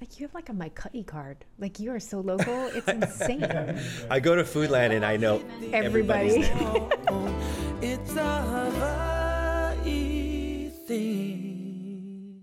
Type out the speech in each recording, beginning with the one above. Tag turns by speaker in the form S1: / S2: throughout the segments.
S1: Like you have like a my cutty card. Like you are so local, it's insane.
S2: I go to Foodland and I know everybody's
S1: Everybody.
S2: name.
S3: It's a Hawaii thing.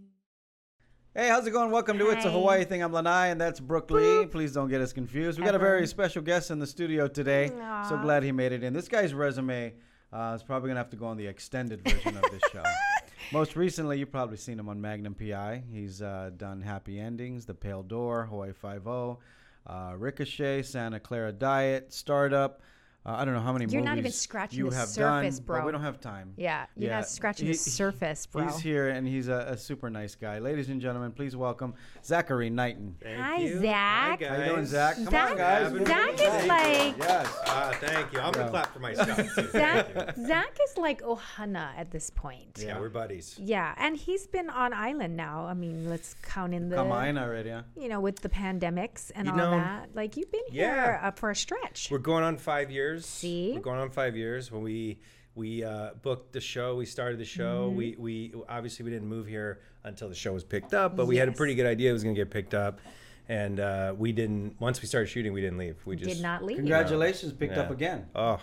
S3: Hey, how's it going? Welcome to It's a
S1: Hi.
S3: Hawaii Thing. I'm Lanai, and that's Brooke Lee. Please don't get us confused. We got a very special guest in the studio today. So glad he made it in. This guy's resume uh, is probably going to have to go on the extended version of this show. Most recently, you've probably seen him on Magnum PI. He's uh, done Happy Endings, The Pale Door, Hawaii Five O, uh, Ricochet, Santa Clara Diet, Startup. Uh, I don't know how many
S1: You're
S3: movies
S1: not even scratching
S3: you
S1: the
S3: have
S1: surface,
S3: done,
S1: bro.
S3: But we don't have time.
S1: Yeah, you're
S3: Yeah,
S1: not scratching
S3: he-
S1: the surface, bro.
S3: He's here and he's a, a super nice guy. Ladies and gentlemen, please welcome Zachary Knighton.
S2: Thank
S1: Hi,
S2: you.
S1: Zach.
S2: Hi,
S3: How you doing,
S2: guys.
S3: Zach? Come
S1: Zach-
S3: on, guys.
S2: Zach
S3: We're doing
S2: is
S3: this.
S1: like-
S3: Yes.
S2: Ah, thank you. I'm gonna
S3: Yeah.
S2: clap for myself. Too. Thank you.
S1: Zach, Zach is like Ohana at this point.
S2: Yeah, we're buddies.
S1: Yeah, and he's been on island now. I mean, let's count in the
S3: Come on already, huh?
S1: you know with the pandemics and
S2: You
S1: all
S2: know,
S1: that. Like you've been here
S2: yeah.
S1: uh, for a stretch.
S2: We're going on five years.
S1: See?
S2: we're going on five years. When we we uh, booked the show, we started the show.
S1: Mm-hmm.
S2: We we obviously we didn't move here until the show was picked up, but we had a
S1: Yes.
S2: pretty good idea it was going to get picked up, and uh, we didn't. Once we started shooting, we didn't leave. We just
S1: Did not leave.
S3: Congratulations, picked up
S2: Yeah.
S3: again.
S2: Oh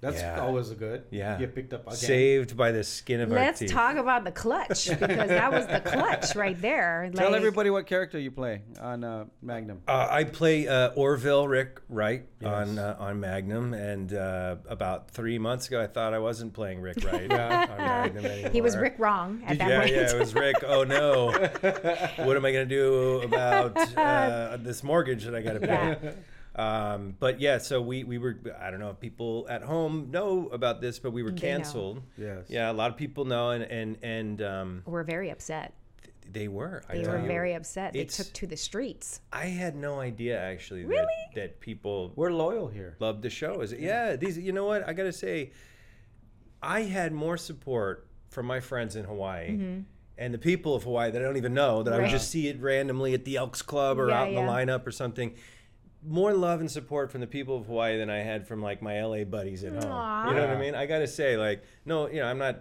S3: That's
S2: Yeah.
S3: always a good.
S2: yeah,
S3: Get picked up again.
S2: Saved by the skin of
S1: Let's
S2: our teeth.
S1: talk about the clutch because that was the clutch right there. Like,
S3: Tell everybody what character you play on uh, Magnum.
S2: Uh, I play uh, Orville Rick Wright on uh, on Magnum, and uh, about three months ago, I thought I wasn't playing Rick Wright uh, on Magnum anymore.
S1: He was Rick wrong at that
S2: yeah,
S1: point.
S2: yeah, it was Rick. Oh no, what am I going to do about uh, this mortgage that I got to pay? Um, but yeah, so we we were. I don't know if people at home know about this, but we were
S1: They know.
S2: canceled.
S3: Yes.
S2: Yeah, a lot of people know, and and and um,
S1: We're very upset.
S2: they were. I
S1: They
S2: tell
S1: were
S2: you.
S1: very upset. They
S2: It's-
S1: took to the streets.
S2: I had no idea actually
S1: Really?
S2: that, that people
S3: We're loyal here.
S2: love the show. Is it? Yeah. These. You know what? I gotta say, I had more support from my friends in Hawaii and the people of Hawaii that I don't even know that I would
S1: Mm-hmm. Right.
S2: just see it randomly at the Elks Club or
S1: Yeah,
S2: out in the
S1: yeah.
S2: lineup or something. More love and support from the people of Hawaii than I had from like my LA buddies at home. You know what I
S3: Aw.
S2: mean? I gotta say, like, no, you know, I'm not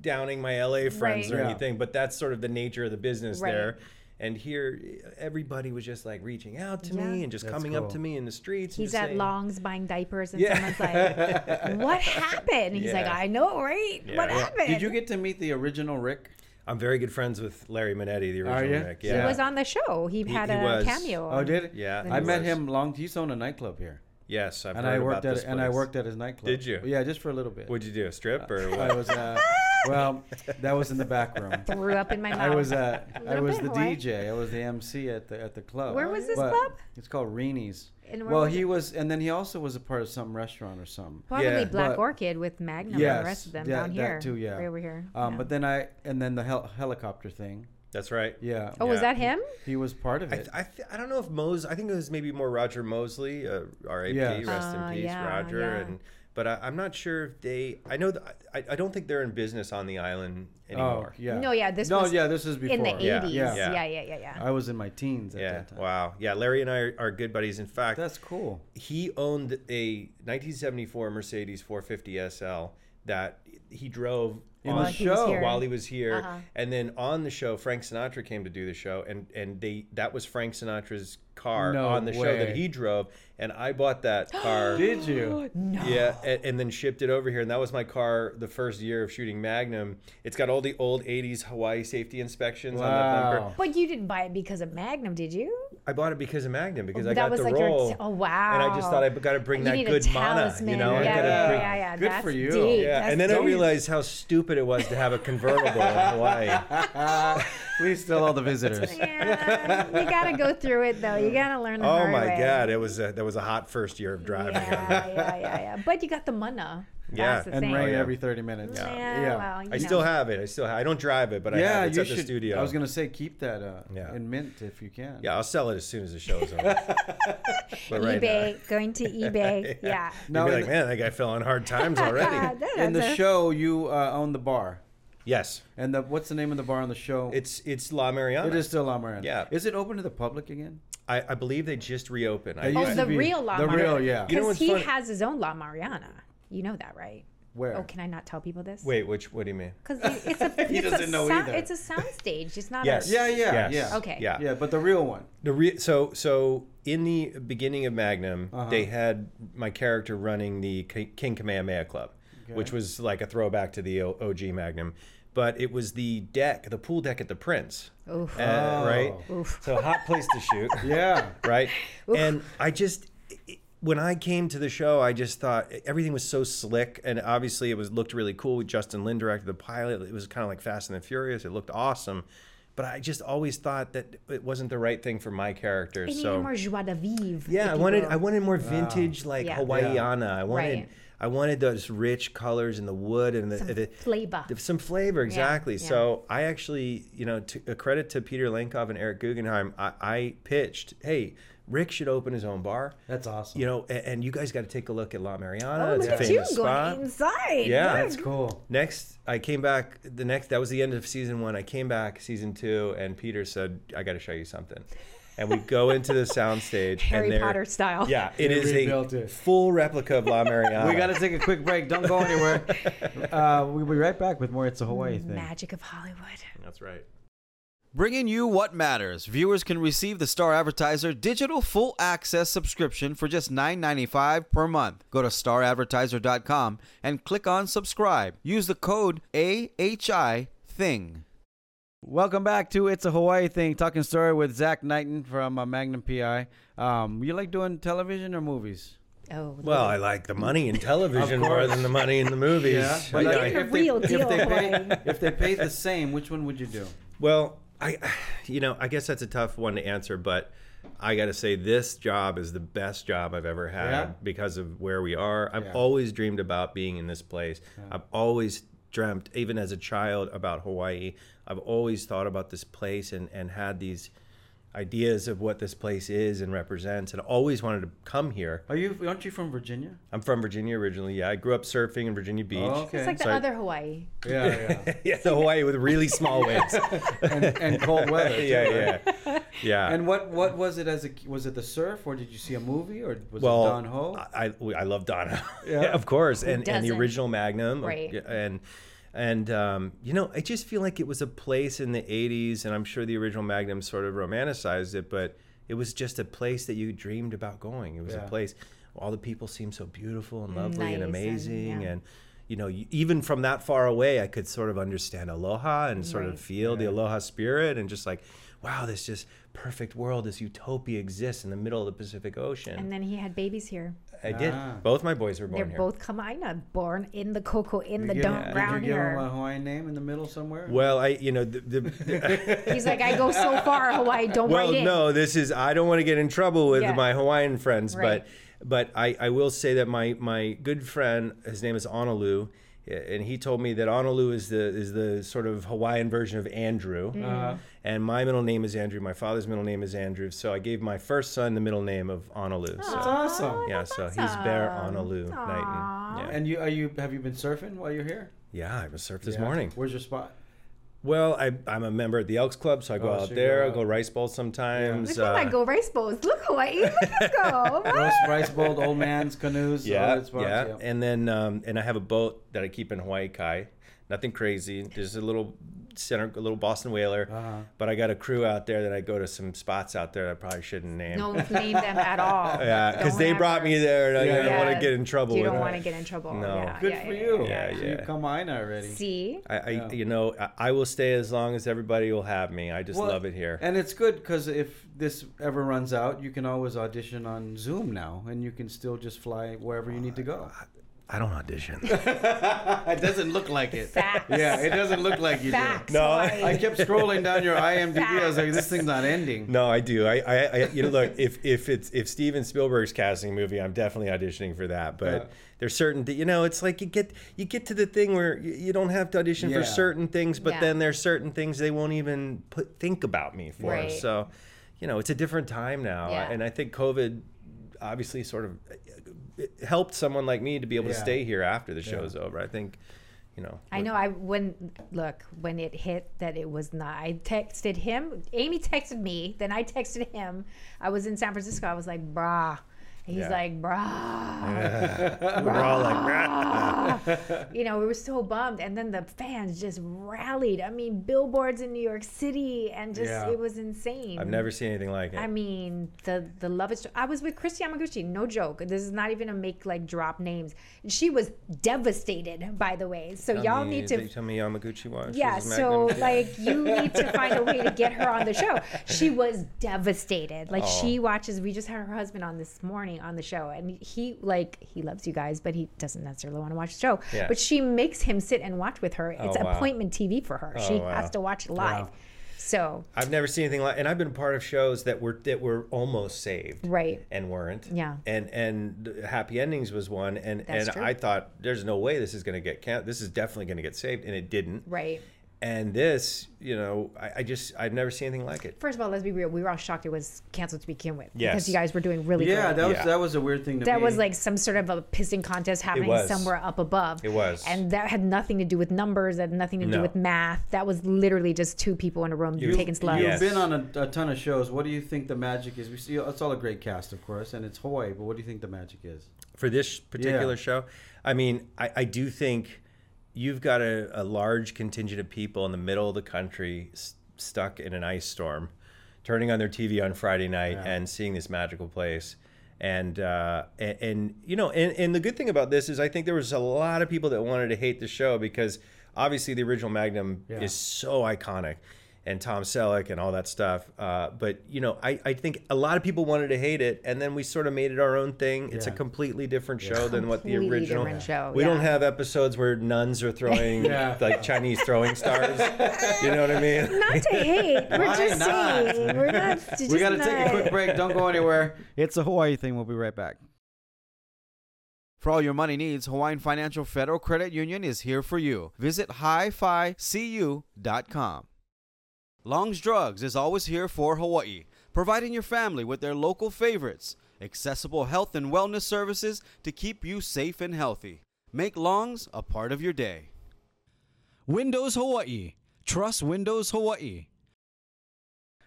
S2: downing my LA friends
S1: Right.
S2: or
S3: Yeah.
S2: anything, but that's sort of the nature of the business
S1: Right.
S2: there. And here, everybody was just like reaching out to me
S1: Yeah.
S2: and just
S3: That's
S2: coming up
S3: cool.
S2: to me in the streets. and
S1: He's
S2: just
S1: at
S2: saying-
S1: Long's buying diapers, and
S2: Yeah.
S1: someone's like, "What happened?" He's like,
S2: Yeah.
S1: "I know, right? What
S2: Yeah.
S1: happened?"
S3: Did you get to meet the original Rick?
S2: I'm very good friends with Larry Manetti, the original
S3: Are ya?
S2: Rick.
S3: He
S2: Yeah.
S1: He was on the show. He, had
S2: he
S1: a
S2: was.
S1: cameo.
S3: Oh, did it?
S2: Yeah,
S3: I
S2: he
S3: met
S2: was.
S3: him long. He's owned a nightclub here,
S2: Yes, I've
S3: and
S2: heard
S3: I worked
S2: about
S3: at
S2: this
S3: and I
S2: place.
S3: worked at his nightclub.
S2: Did you?
S3: Yeah, just for a little bit.
S2: What'd you do? A strip or
S3: I
S2: what?
S3: was uh, well, that was in the back room.
S1: Threw up in my mouth.
S3: I was uh, I
S1: little
S3: was
S1: bit
S3: the
S1: Hawaii.
S3: DJ. I was the MC at the at the club.
S1: Where was this
S3: But
S1: club?
S3: It's called Reenies.
S1: And where
S3: Well,
S1: was
S3: he
S1: it?
S3: was, and then he also was a part of some restaurant or something.
S1: Probably
S2: Yeah,
S1: Black
S3: but-
S1: Orchid with Magnum and
S3: Yes,
S1: the rest of them
S3: that-
S1: down
S3: that
S1: here.
S3: too, yeah.
S1: Right over here.
S3: Um,
S1: Yeah.
S3: But then I and then the hel- helicopter thing.
S2: That's right.
S3: Yeah,
S1: oh, was
S2: yeah.
S1: that him?
S3: he was part of
S2: I,
S3: it.
S2: th- I, th- I don't know if Mose. I think it was maybe more Roger Mosley, uh, R.A.P.
S3: Yes.
S2: Rest
S1: Ah,
S2: in peace,
S1: yeah,
S2: Roger.
S1: yeah.
S2: And but I, I'm not sure if they. I know. Th- I, I don't think they're in business on the island anymore.
S3: oh, yeah.
S1: No, yeah, this
S3: no,
S1: was
S3: yeah, this was before.
S1: In the
S2: Yeah.
S1: eighties.
S3: Yeah.
S1: Yeah. Yeah. yeah, yeah, yeah,
S3: I was in my teens at
S2: Yeah.
S3: that time.
S2: Wow. Yeah. Larry and I are, are good buddies. In fact,
S3: That's cool.
S2: he owned a 1974 Mercedes 450 SL that he drove
S3: In
S2: on
S3: the show.
S1: here.
S2: while he was here,
S1: Uh-huh.
S2: and then on the show, Frank Sinatra came to do the show, and and they that was Frank Sinatra's car
S3: No
S2: on the show that
S3: way.
S2: he drove, and I bought that car.
S3: Did you?
S1: No.
S2: Yeah, and, and then shipped it over here, and that was my car the first year of shooting Magnum. It's got all the old '80s Hawaii safety inspections on the
S3: Wow.
S2: bumper.
S1: But you didn't buy it because of Magnum, did you?
S2: I bought it because of Magnum because I
S1: that
S2: got
S1: was
S2: the
S1: like
S2: roll.
S1: your. Oh wow.
S2: And I just thought I got to bring
S1: You
S2: that
S1: need a
S2: good mana, you
S1: talisman.
S2: know. I
S1: Yeah,
S2: gotta
S1: yeah,
S2: bring,
S1: yeah, yeah.
S3: Good
S1: That's
S3: for you.
S1: Deep.
S2: Yeah,
S1: That's
S2: and then I
S1: deep.
S2: realized how stupid it was to have a convertible in Hawaii.
S3: Please tell all the visitors.
S1: Yeah, you gotta go through it though. You gotta learn the
S2: Oh
S1: hard
S2: my
S1: way.
S2: god, it was a, that was a hot first year of driving.
S1: Yeah, yeah, yeah, yeah. But you got the mana.
S2: Yeah.
S1: That's the
S3: and
S1: thing.
S2: Oh,
S3: rain
S2: yeah.
S3: every 30 minutes.
S1: Yeah, well, you
S2: I
S1: know.
S2: still have it. I still have, I don't drive it, but I
S3: Yeah,
S2: have it. It's
S3: you
S2: at
S3: should.
S2: the studio.
S3: I was gonna say keep that uh,
S2: Yeah.
S3: in mint if you can.
S2: yeah, I'll sell it as soon as the show is over. but right
S1: eBay, going to eBay. yeah.
S2: now, you'd be
S3: Now in
S2: like,
S3: the-
S2: man, that guy fell on hard times
S1: Ah,
S2: already.
S1: that-
S3: In the
S1: that's a-
S3: show, you uh, own the bar,
S2: yes,
S3: and the what's the name of the bar on the show?
S2: it's it's La Mariana.
S3: it is still La Miranda.
S2: Yeah.
S3: Is it open to the public again?
S2: I, I believe they just reopened. I,
S3: It
S1: Oh,
S3: used
S1: the
S3: to be-
S1: real La
S3: The
S1: Mariana.
S3: real, yeah.
S2: You know
S1: Because
S2: what's
S1: he
S2: funny?
S1: has his own La Mariana. You know that, right?
S3: Where?
S1: Oh, can I not tell people this?
S2: Wait, which? What do you mean?
S1: Because it's a
S3: He
S1: it's
S3: doesn't
S1: a
S3: know
S1: sou-
S3: either.
S1: It's a soundstage. It's not.
S2: Yes.
S1: A,
S3: Yeah, yeah,
S2: Yes.
S3: yeah.
S1: Okay.
S2: Yeah.
S3: Yeah, but the real one.
S2: The re- so so in the beginning of Magnum, they had my character running the K- King Kamehameha Club, which was like a throwback to the O- OG Magnum, but it was the deck, the pool deck at the Prince,
S1: Oof.
S2: Uh, right? So hot place to shoot,
S3: Yeah.
S2: right? And I just. it- When I came to the show, I just thought everything was so slick, and obviously it was looked really cool. Justin Lin directed the pilot; it was kind of like Fast and the Furious. It looked awesome, but I just always thought that it wasn't the right thing for my character.
S1: It needed
S2: so
S1: more joie de vivre. if
S2: yeah, I
S1: you
S2: wanted
S1: will.
S2: I wanted more vintage like
S1: Yeah.
S2: Hawaiiana. I wanted
S1: Right.
S2: I wanted those rich colors and the wood and the,
S1: Some
S2: the
S1: flavor.
S2: the- some flavor exactly.
S1: yeah.
S2: So I actually, you know, to, a credit to Peter Lankoff and Eric Guggenheim, I, I pitched, hey, Rick should open his own bar.
S3: That's awesome.
S2: You know, and, and you guys got to take a look at La Mariana.
S1: Oh,
S2: it's
S1: look
S2: a
S1: at you
S2: famous spot.
S1: going inside.
S2: Yeah.
S1: Good.
S2: That's
S3: cool.
S2: Next, I came back. The next, that was the end of season one. I came back season two, and Peter said, "I got to show you something." And we go into the soundstage.
S1: Harry
S2: and there-
S1: Potter style.
S2: Yeah, it
S3: They
S2: is
S3: rebuilt
S2: a
S3: it.
S2: full replica of La Mariana.
S3: We got to take a quick break. Don't go anywhere. Uh, we'll be right back with more It's a Hawaii thing.
S1: Magic of Hollywood.
S2: That's right.
S4: Bringing you what matters. Viewers can receive the Star Advertiser digital full access subscription for just $9.95 per month. Go to staradvertiser.com and click on subscribe. Use the code AHI thing.
S3: Welcome back to It's a Hawaii Thing, talking story with Zach Knighton from uh, Magnum PI. Um, you like doing television or movies?
S1: Oh.
S2: Well, I
S1: look
S2: like the money in television
S3: Of
S2: more
S3: course.
S2: than the money in the movies.
S3: But
S2: Yeah.
S1: like-
S3: if
S1: You're the
S3: they-
S1: real
S3: if
S1: deal,
S3: they
S1: Hawaii.
S3: pay, if they paid the same, which one would you do?
S2: well, I, you know, I guess that's a tough one to answer, but I got to say this job is the best job I've ever had
S3: Yeah?
S2: because of where we are. I've
S3: Yeah.
S2: always dreamed about being in this place. I've always dreamt, even as a child, about Hawaii. I've always thought about this place and and had these ideas of what this place is and represents, and always wanted to come here.
S3: Are you? Aren't you from Virginia?
S2: I'm from Virginia originally. Yeah, I grew up surfing in Virginia Beach.
S3: Oh,
S1: It's like the
S2: Sorry.
S1: other Hawaii.
S3: Yeah, yeah.
S2: yeah, so Hawaii with really small waves.
S3: and, and cold weather. too, right?
S2: yeah, yeah, yeah.
S3: And what what was it as a was it the surf or did you see a movie or was
S2: well,
S3: it Don Ho?
S2: I I- I love Don Ho. Yeah, of course, and and the
S1: doesn't?
S2: original Magnum, Um,
S1: Right.
S2: Yeah, And and um, you know, I just feel like it was a place in the '80s, and I'm sure the original Magnum sort of romanticized it, but it was just a place that you dreamed about going. It was
S3: Yeah.
S2: a place all the people seemed so beautiful and lovely
S1: Nice
S2: and
S1: and-
S2: amazing
S1: yeah.
S2: and. You know, you- even from that far away, I could sort of understand aloha and sort of
S1: Right.
S2: feel the aloha spirit, and just like, wow, this just perfect world, this utopia exists in the middle of the Pacific Ocean.
S1: And then he had babies here.
S2: I did.
S3: Ah.
S2: Both my boys were born
S1: They're
S2: here.
S1: both Kamaina, born in the cocoa, in the
S3: Did you give-
S1: dark brown
S3: Did you give him a
S1: here.
S3: Hawaiian name in the middle somewhere?
S2: well, I, you know, the, the,
S1: He's like, I go so far, Hawaii, don't
S2: well,
S1: write in.
S2: no, this is. I don't want to get in trouble with
S1: Yeah.
S2: my Hawaiian friends,
S1: Right.
S2: but, but I, I will say that my my good friend, his name is Onalu, eh, and he told me that Onalu is the is the sort of Hawaiian version of Andrew,
S1: Mm.
S3: Uh,
S2: and my middle name is Andrew. My father's middle name is Andrew, so I gave my first son the middle name of Onalu. So,
S3: That's awesome.
S2: yeah, so he's Bear Onalu Knighton. Yeah.
S3: And you are you have you been surfing while you're here?
S2: yeah, I was surfed this morning.
S3: Where's your spot?
S2: Well, I, I'm a member at the Elks Club, so I go
S3: Oh,
S2: out
S3: so you
S2: there.
S3: go
S2: I
S3: out.
S2: go rice bowl sometimes.
S1: Look at "Oh my
S2: uh,
S1: go rice bowls. Look, Hawaii, look us go.
S3: Roast rice bowl, Oh, old man's canoes. Oh, all
S2: yeah,
S3: that spots,
S2: yeah.
S3: yeah.
S2: And then um, and I have a boat that I keep in Hawaii Kai. Nothing crazy. Just a little center, a little Boston whaler.
S3: Uh-huh.
S2: But I got a crew out there that I go to some spots out there that I probably shouldn't name.
S1: No, Don't name them at all.
S2: yeah, because they brought me there, and I
S3: Yeah.
S2: don't want
S1: Yeah.
S2: to get in trouble.
S1: You
S2: with
S1: don't
S2: it.
S1: want to get in trouble.
S2: No.
S1: Yeah,
S3: Good
S1: yeah,
S3: for
S1: yeah,
S3: you.
S1: yeah,
S2: Yeah,
S3: So you
S2: yeah.
S3: come mine already.
S1: See?
S2: I, I you know, I, I will stay as long as everybody will have me. I just
S3: Well, eh
S2: love it here.
S3: And it's good because if this ever runs out, you can always audition on Zoom now, and you can still just fly wherever you need to go.
S2: I don't audition.
S3: it doesn't look like it.
S1: Facts.
S3: Yeah, it doesn't look like you do.
S1: Facts.
S2: No,
S1: Hawaii.
S3: I kept scrolling down your IMDb. I was like, this thing's not ending.
S2: No, I do. I, I, I you know, look, if if it's if Steven Spielberg's casting a movie, I'm definitely auditioning for that. But
S3: Yeah.
S2: there's certain, th- you know, it's like you get you get to the thing where you, you don't have to audition
S3: Yeah.
S2: for certain things, but
S1: Yeah.
S2: then there's certain things they won't even put think about me for.
S1: Right.
S2: So, you know, it's a different time now,
S1: Yeah.
S2: and I think COVID obviously sort of uh, it helped someone like me to be able to
S3: Yeah.
S2: stay here after the show's over. I think, you know,
S1: I know. I when look when it hit that it was not. I texted him. Amy texted me. Then I texted him. I was in San Francisco. I was like, "Brah, He's
S2: Yeah.
S1: like, bruh.
S2: We're all like, "Bruh."
S1: you know, we were so bummed. And then the fans just rallied. I mean, billboards in New York City, and just
S3: Yeah.
S1: it was insane.
S2: I've never seen anything like it.
S1: I mean, the the love is. I was with Chris Yamaguchi. No joke. This is not even a make like drop names. She was devastated. By the way, so
S2: Tell
S1: y'all
S2: me-
S1: need to.
S2: they tell me Yamaguchi watch.
S1: yeah, so like you need to find a way to get her on the show. She was devastated. Like she
S2: Oh.
S1: watches. We just had her husband on this morning on the show, and he like he loves you guys, but he doesn't necessarily want to watch the show.
S2: Yeah. Oh,
S1: But she makes him sit and watch with her. It's
S2: wow. Oh,
S1: appointment TV for her. she
S2: wow.
S1: has to watch it live. So
S2: I've never seen anything like, and I've been a part of shows that were that were almost saved,
S1: Right.
S2: and weren't.
S1: Yeah.
S2: and and Happy Endings was one, and
S1: That's
S2: and
S1: true.
S2: I thought there's no way this is going to get count. This is definitely going to get saved, and it didn't.
S1: right.
S2: And this, you know, I, I just I've never seen anything like it.
S1: First of all, let's be real. We were all shocked it was canceled to begin with
S2: Yes.
S1: because you guys were doing really
S3: Yeah,
S1: great.
S3: that was
S2: Yeah.
S3: that was a weird thing to
S1: That
S3: be.
S1: was like some sort of a pissing contest happening
S2: was.
S1: somewhere up above.
S2: It was.
S1: and that had nothing to do with numbers. That had nothing to
S2: No.
S1: do with math. That was literally just two people in a room
S2: You-
S1: taking slugs.
S2: you-
S3: You've
S2: Yes.
S3: been on a, a ton of shows. What do you think the magic is? We see it's all a great cast, of course, and it's Hawaii. But what do you think the magic is?
S2: for this particular
S3: Yeah.
S2: show. I mean, I, I do think you've got a, a large contingent of people in the middle of the country s- stuck in an ice storm, turning on their TV on Friday night and seeing this magical place. And, uh, and and you know and, and the good thing about this is I think there was a lot of people that wanted to hate the show because obviously the original Magnum
S3: Yeah.
S2: is so iconic and Tom Selleck and all that stuff. Uh, but you know, I, I think a lot of people wanted to hate it, and then we sort of made it our own thing. It's a
S3: Yeah.
S2: completely different show than what the
S1: Completely
S2: original.
S1: different show,
S2: we
S1: yeah.
S2: don't have episodes where nuns are throwing
S3: Yeah.
S2: like Chinese throwing stars. you know what I mean?
S1: not to hate. We're
S3: Why
S1: just
S3: not?
S1: saying. We're not. just
S3: we got to take a
S1: not-
S3: quick break. Don't go anywhere. It's a Hawaii thing. We'll be right back.
S4: For all your money needs, Hawaiian Financial Federal Credit Union is here for you. Visit hificu.com. Long's Drugs is always here for Hawaii, providing your family with their local favorites, accessible health and wellness services to keep you safe and healthy. Make Long's a part of your day. Windows Hawaii. Trust Windows Hawaii.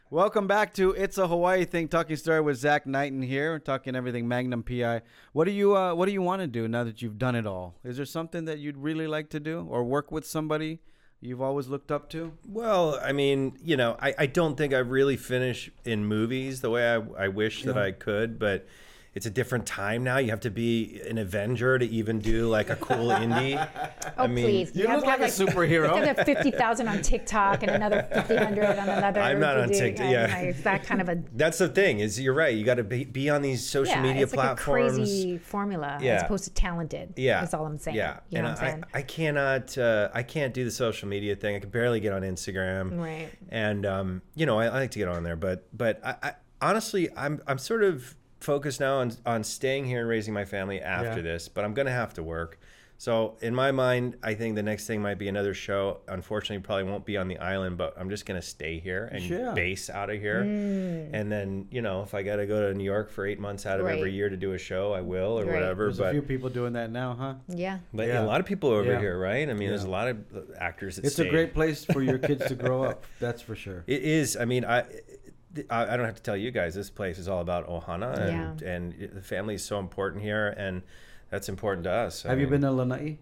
S3: Welcome back to It's a Hawaii Thing, talking story with Zach Knighton here, We're talking everything Magnum PI. What do you uh, What do you want to do now that you've done it all? Is there something that you'd really like to do, or work with somebody you've always looked up to?
S2: Well, I mean, you know, I, I don't think I really finish in movies the way I, I wish that I could, but it's a different time now. You have to be an Avenger to even do like a cool indie.
S1: Oh
S2: I mean,
S1: please!
S3: You
S1: have
S3: look
S1: to
S3: like
S1: have
S3: a superhero.
S1: Another fifty thousand on TikTok and another fifteen hundred on another.
S2: I'm not on
S1: video.
S2: TikTok,
S1: I
S2: yeah.
S1: mean, like, that kind of a
S2: That's the thing is you're right. You got to be, be on these social
S1: yeah,
S2: media
S1: it's like
S2: platforms.
S1: a crazy formula
S2: Yeah.
S1: as opposed to talented.
S2: Yeah,
S1: that's all I'm saying.
S2: Yeah,
S1: you know
S2: and
S1: what I'm
S2: I-
S1: saying.
S2: I, cannot, uh, I can't do the social media thing. I can barely get on Instagram.
S1: Right.
S2: And um, you know, I, I like to get on there, but but I, I honestly, I'm I'm sort of focused now on on staying here and raising my family after
S3: Yeah.
S2: this. But I'm gonna have to work. So in my mind, I think the next thing might be another show. Unfortunately, probably won't be on the island, but I'm just gonna stay here and
S3: Yeah.
S2: base out of here.
S1: Mm.
S2: And then you know, if I gotta go to New York for eight months out of
S1: Right.
S2: every year to do a show, I will or
S1: Right.
S2: whatever.
S3: There's
S2: but
S3: a few people doing that now, huh?
S1: yeah.
S2: but
S3: Yeah.
S2: a lot of people over
S3: Yeah.
S2: here, right? I mean, there's a
S3: Yeah.
S2: lot of actors. That
S3: It's
S2: stayed.
S3: a great place for your kids to grow up. That's for sure.
S2: It is. I mean, I. I I don't have to tell you guys. This place is all about ohana, and and the family is so important here, and that's important to us. I
S3: Have you
S2: mean,
S3: been to Lanai?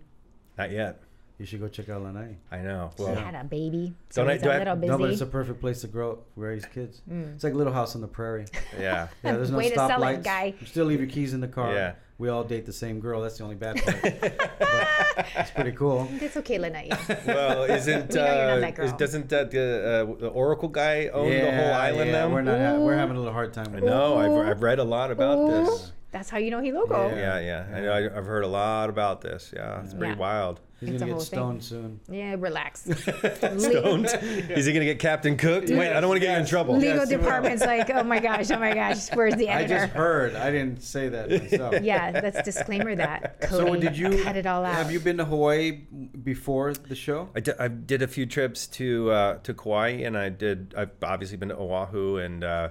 S2: Not yet.
S3: You should go check out Lanai.
S2: I know. Well,
S1: had a baby, so
S2: Don't I-
S1: it's
S2: do I-
S1: a little busy.
S3: No, but it's a perfect place to grow up, raise kids. It's like Little House on the Prairie.
S2: yeah.
S3: Yeah, there's no
S1: Way to sell it,
S3: stoplights.
S1: guy.
S3: You still leave your keys in the car.
S2: Yeah.
S3: We all date the same girl. That's the only bad part. it's pretty cool.
S1: That's okay, Lanai.
S2: Well, isn't
S1: We know you're not
S2: uh,
S1: that
S2: is,
S1: girl.
S2: doesn't that the uh, the Oracle guy own
S3: yeah,
S2: the whole island
S3: yeah,
S2: now?
S3: We're not. Ha- we're
S1: Ooh.
S3: having a little hard time with that.
S2: no, I've, I've read a lot about this.
S1: That's how you know he local. Yeah,
S3: Yeah.
S2: Yeah, yeah. I know. I, I've heard a lot about this. Yeah, it's pretty
S1: Yeah.
S2: wild.
S3: He's
S1: It's
S3: gonna
S1: a
S3: get
S1: whole
S3: stoned soon.
S1: relax.
S2: Stoned? Is he gonna get Captain Cooked? Wait, I don't want to get you in
S3: Yes.
S2: trouble.
S1: Legal
S3: Yes, you will.
S1: department's like, oh my gosh, oh my gosh, where's the
S3: I
S1: editor?
S3: just heard. I didn't say that myself.
S1: yeah, let's disclaimer that. Cody,
S3: So did you
S1: cut it all out?
S3: Have you been to Hawaii before the show?
S2: I di- I did a few trips to uh, to Kauai, and I did. I've obviously been to Oahu, and uh,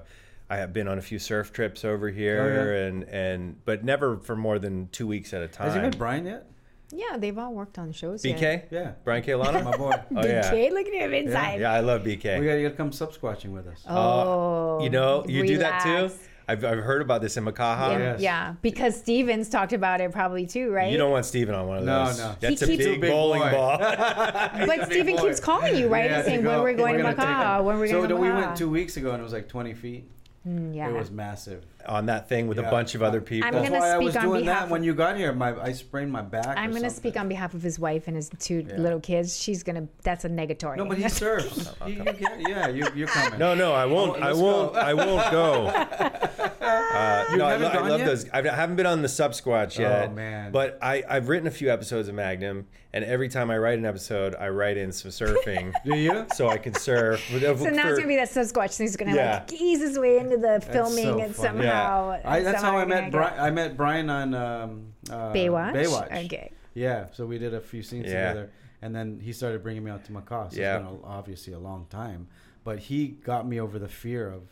S2: I have been on a few surf trips over here,
S3: Oh,
S2: and and but never for more than two weeks at a time.
S3: Has he met Brian yet?
S1: yeah, they've all worked on shows.
S2: BK,
S1: Yet.
S3: Yeah.
S2: Brian Kalana,
S3: My boy.
S2: Oh yeah,
S1: BK, look at him inside.
S2: yeah, I love
S3: We
S2: BK.
S3: gotta, Uh, you gotta come subsquatching with us.
S1: Oh,
S2: You know, you do that too.
S1: relax.
S2: I've, I've heard about this in Makaha.
S1: Yeah,
S3: Uh, Yes.
S1: yeah, because Stevens talked about it probably too, right?
S2: You don't want Steven on one of
S3: No,
S2: those.
S3: no.
S2: That's
S1: He
S2: a
S1: keeps-
S2: big,
S3: Big
S2: bowling
S3: boy.
S2: ball.
S1: but Steven keeps calling you, right?
S3: Yeah,
S1: and
S3: to
S1: saying
S3: go-
S1: when we're going to
S3: gonna take
S1: Macaw,
S3: them.
S1: when we're
S3: so
S1: going to
S3: then we
S1: Macaw.
S3: went two weeks ago and it was like 20 feet.
S1: Mm, yeah.
S3: It was massive.
S2: on that thing with
S3: Yeah.
S2: a bunch of other people.
S1: I'm
S3: That's
S1: gonna
S3: why I was
S1: speak on
S3: doing
S1: behalf
S3: that
S1: of-
S3: when you got here. My I sprained my back.
S1: I'm going to speak on behalf of his wife and his two
S3: Yeah.
S1: little kids. She's going to, that's a negatory.
S3: No, but he serves. He- you get- yeah, you, you're coming.
S2: no, no, I
S3: Oh,
S2: won't. I
S3: let's
S2: won't.
S3: go.
S2: I won't go. Uh, no, I,
S3: haven't
S2: lo- I
S3: gone
S2: love
S3: yet?
S2: those. I've, I haven't been on the Sub Squatch yet.
S3: Oh, man.
S2: But I, I've written a few episodes of Magnum, and every time I write an episode, I write in some surfing
S3: Do you?
S2: so I can surf. uh,
S1: so now it's going to be that Sasquatch thing. He's going to
S2: Yeah.
S1: like ease his way into the filming
S3: so
S1: and
S3: funny.
S1: somehow.
S3: I, that's
S1: somehow
S3: how I
S1: you're
S3: met
S1: gonna go-
S3: Brian. I met Brian on um, uh,
S1: Baywatch?
S3: Baywatch.
S1: Okay.
S3: Yeah, so we did a few scenes
S2: Yeah.
S3: together, and then he started bringing me out to Macau. So
S2: Yeah.
S3: it's been a, obviously a long time, but he got me over the fear of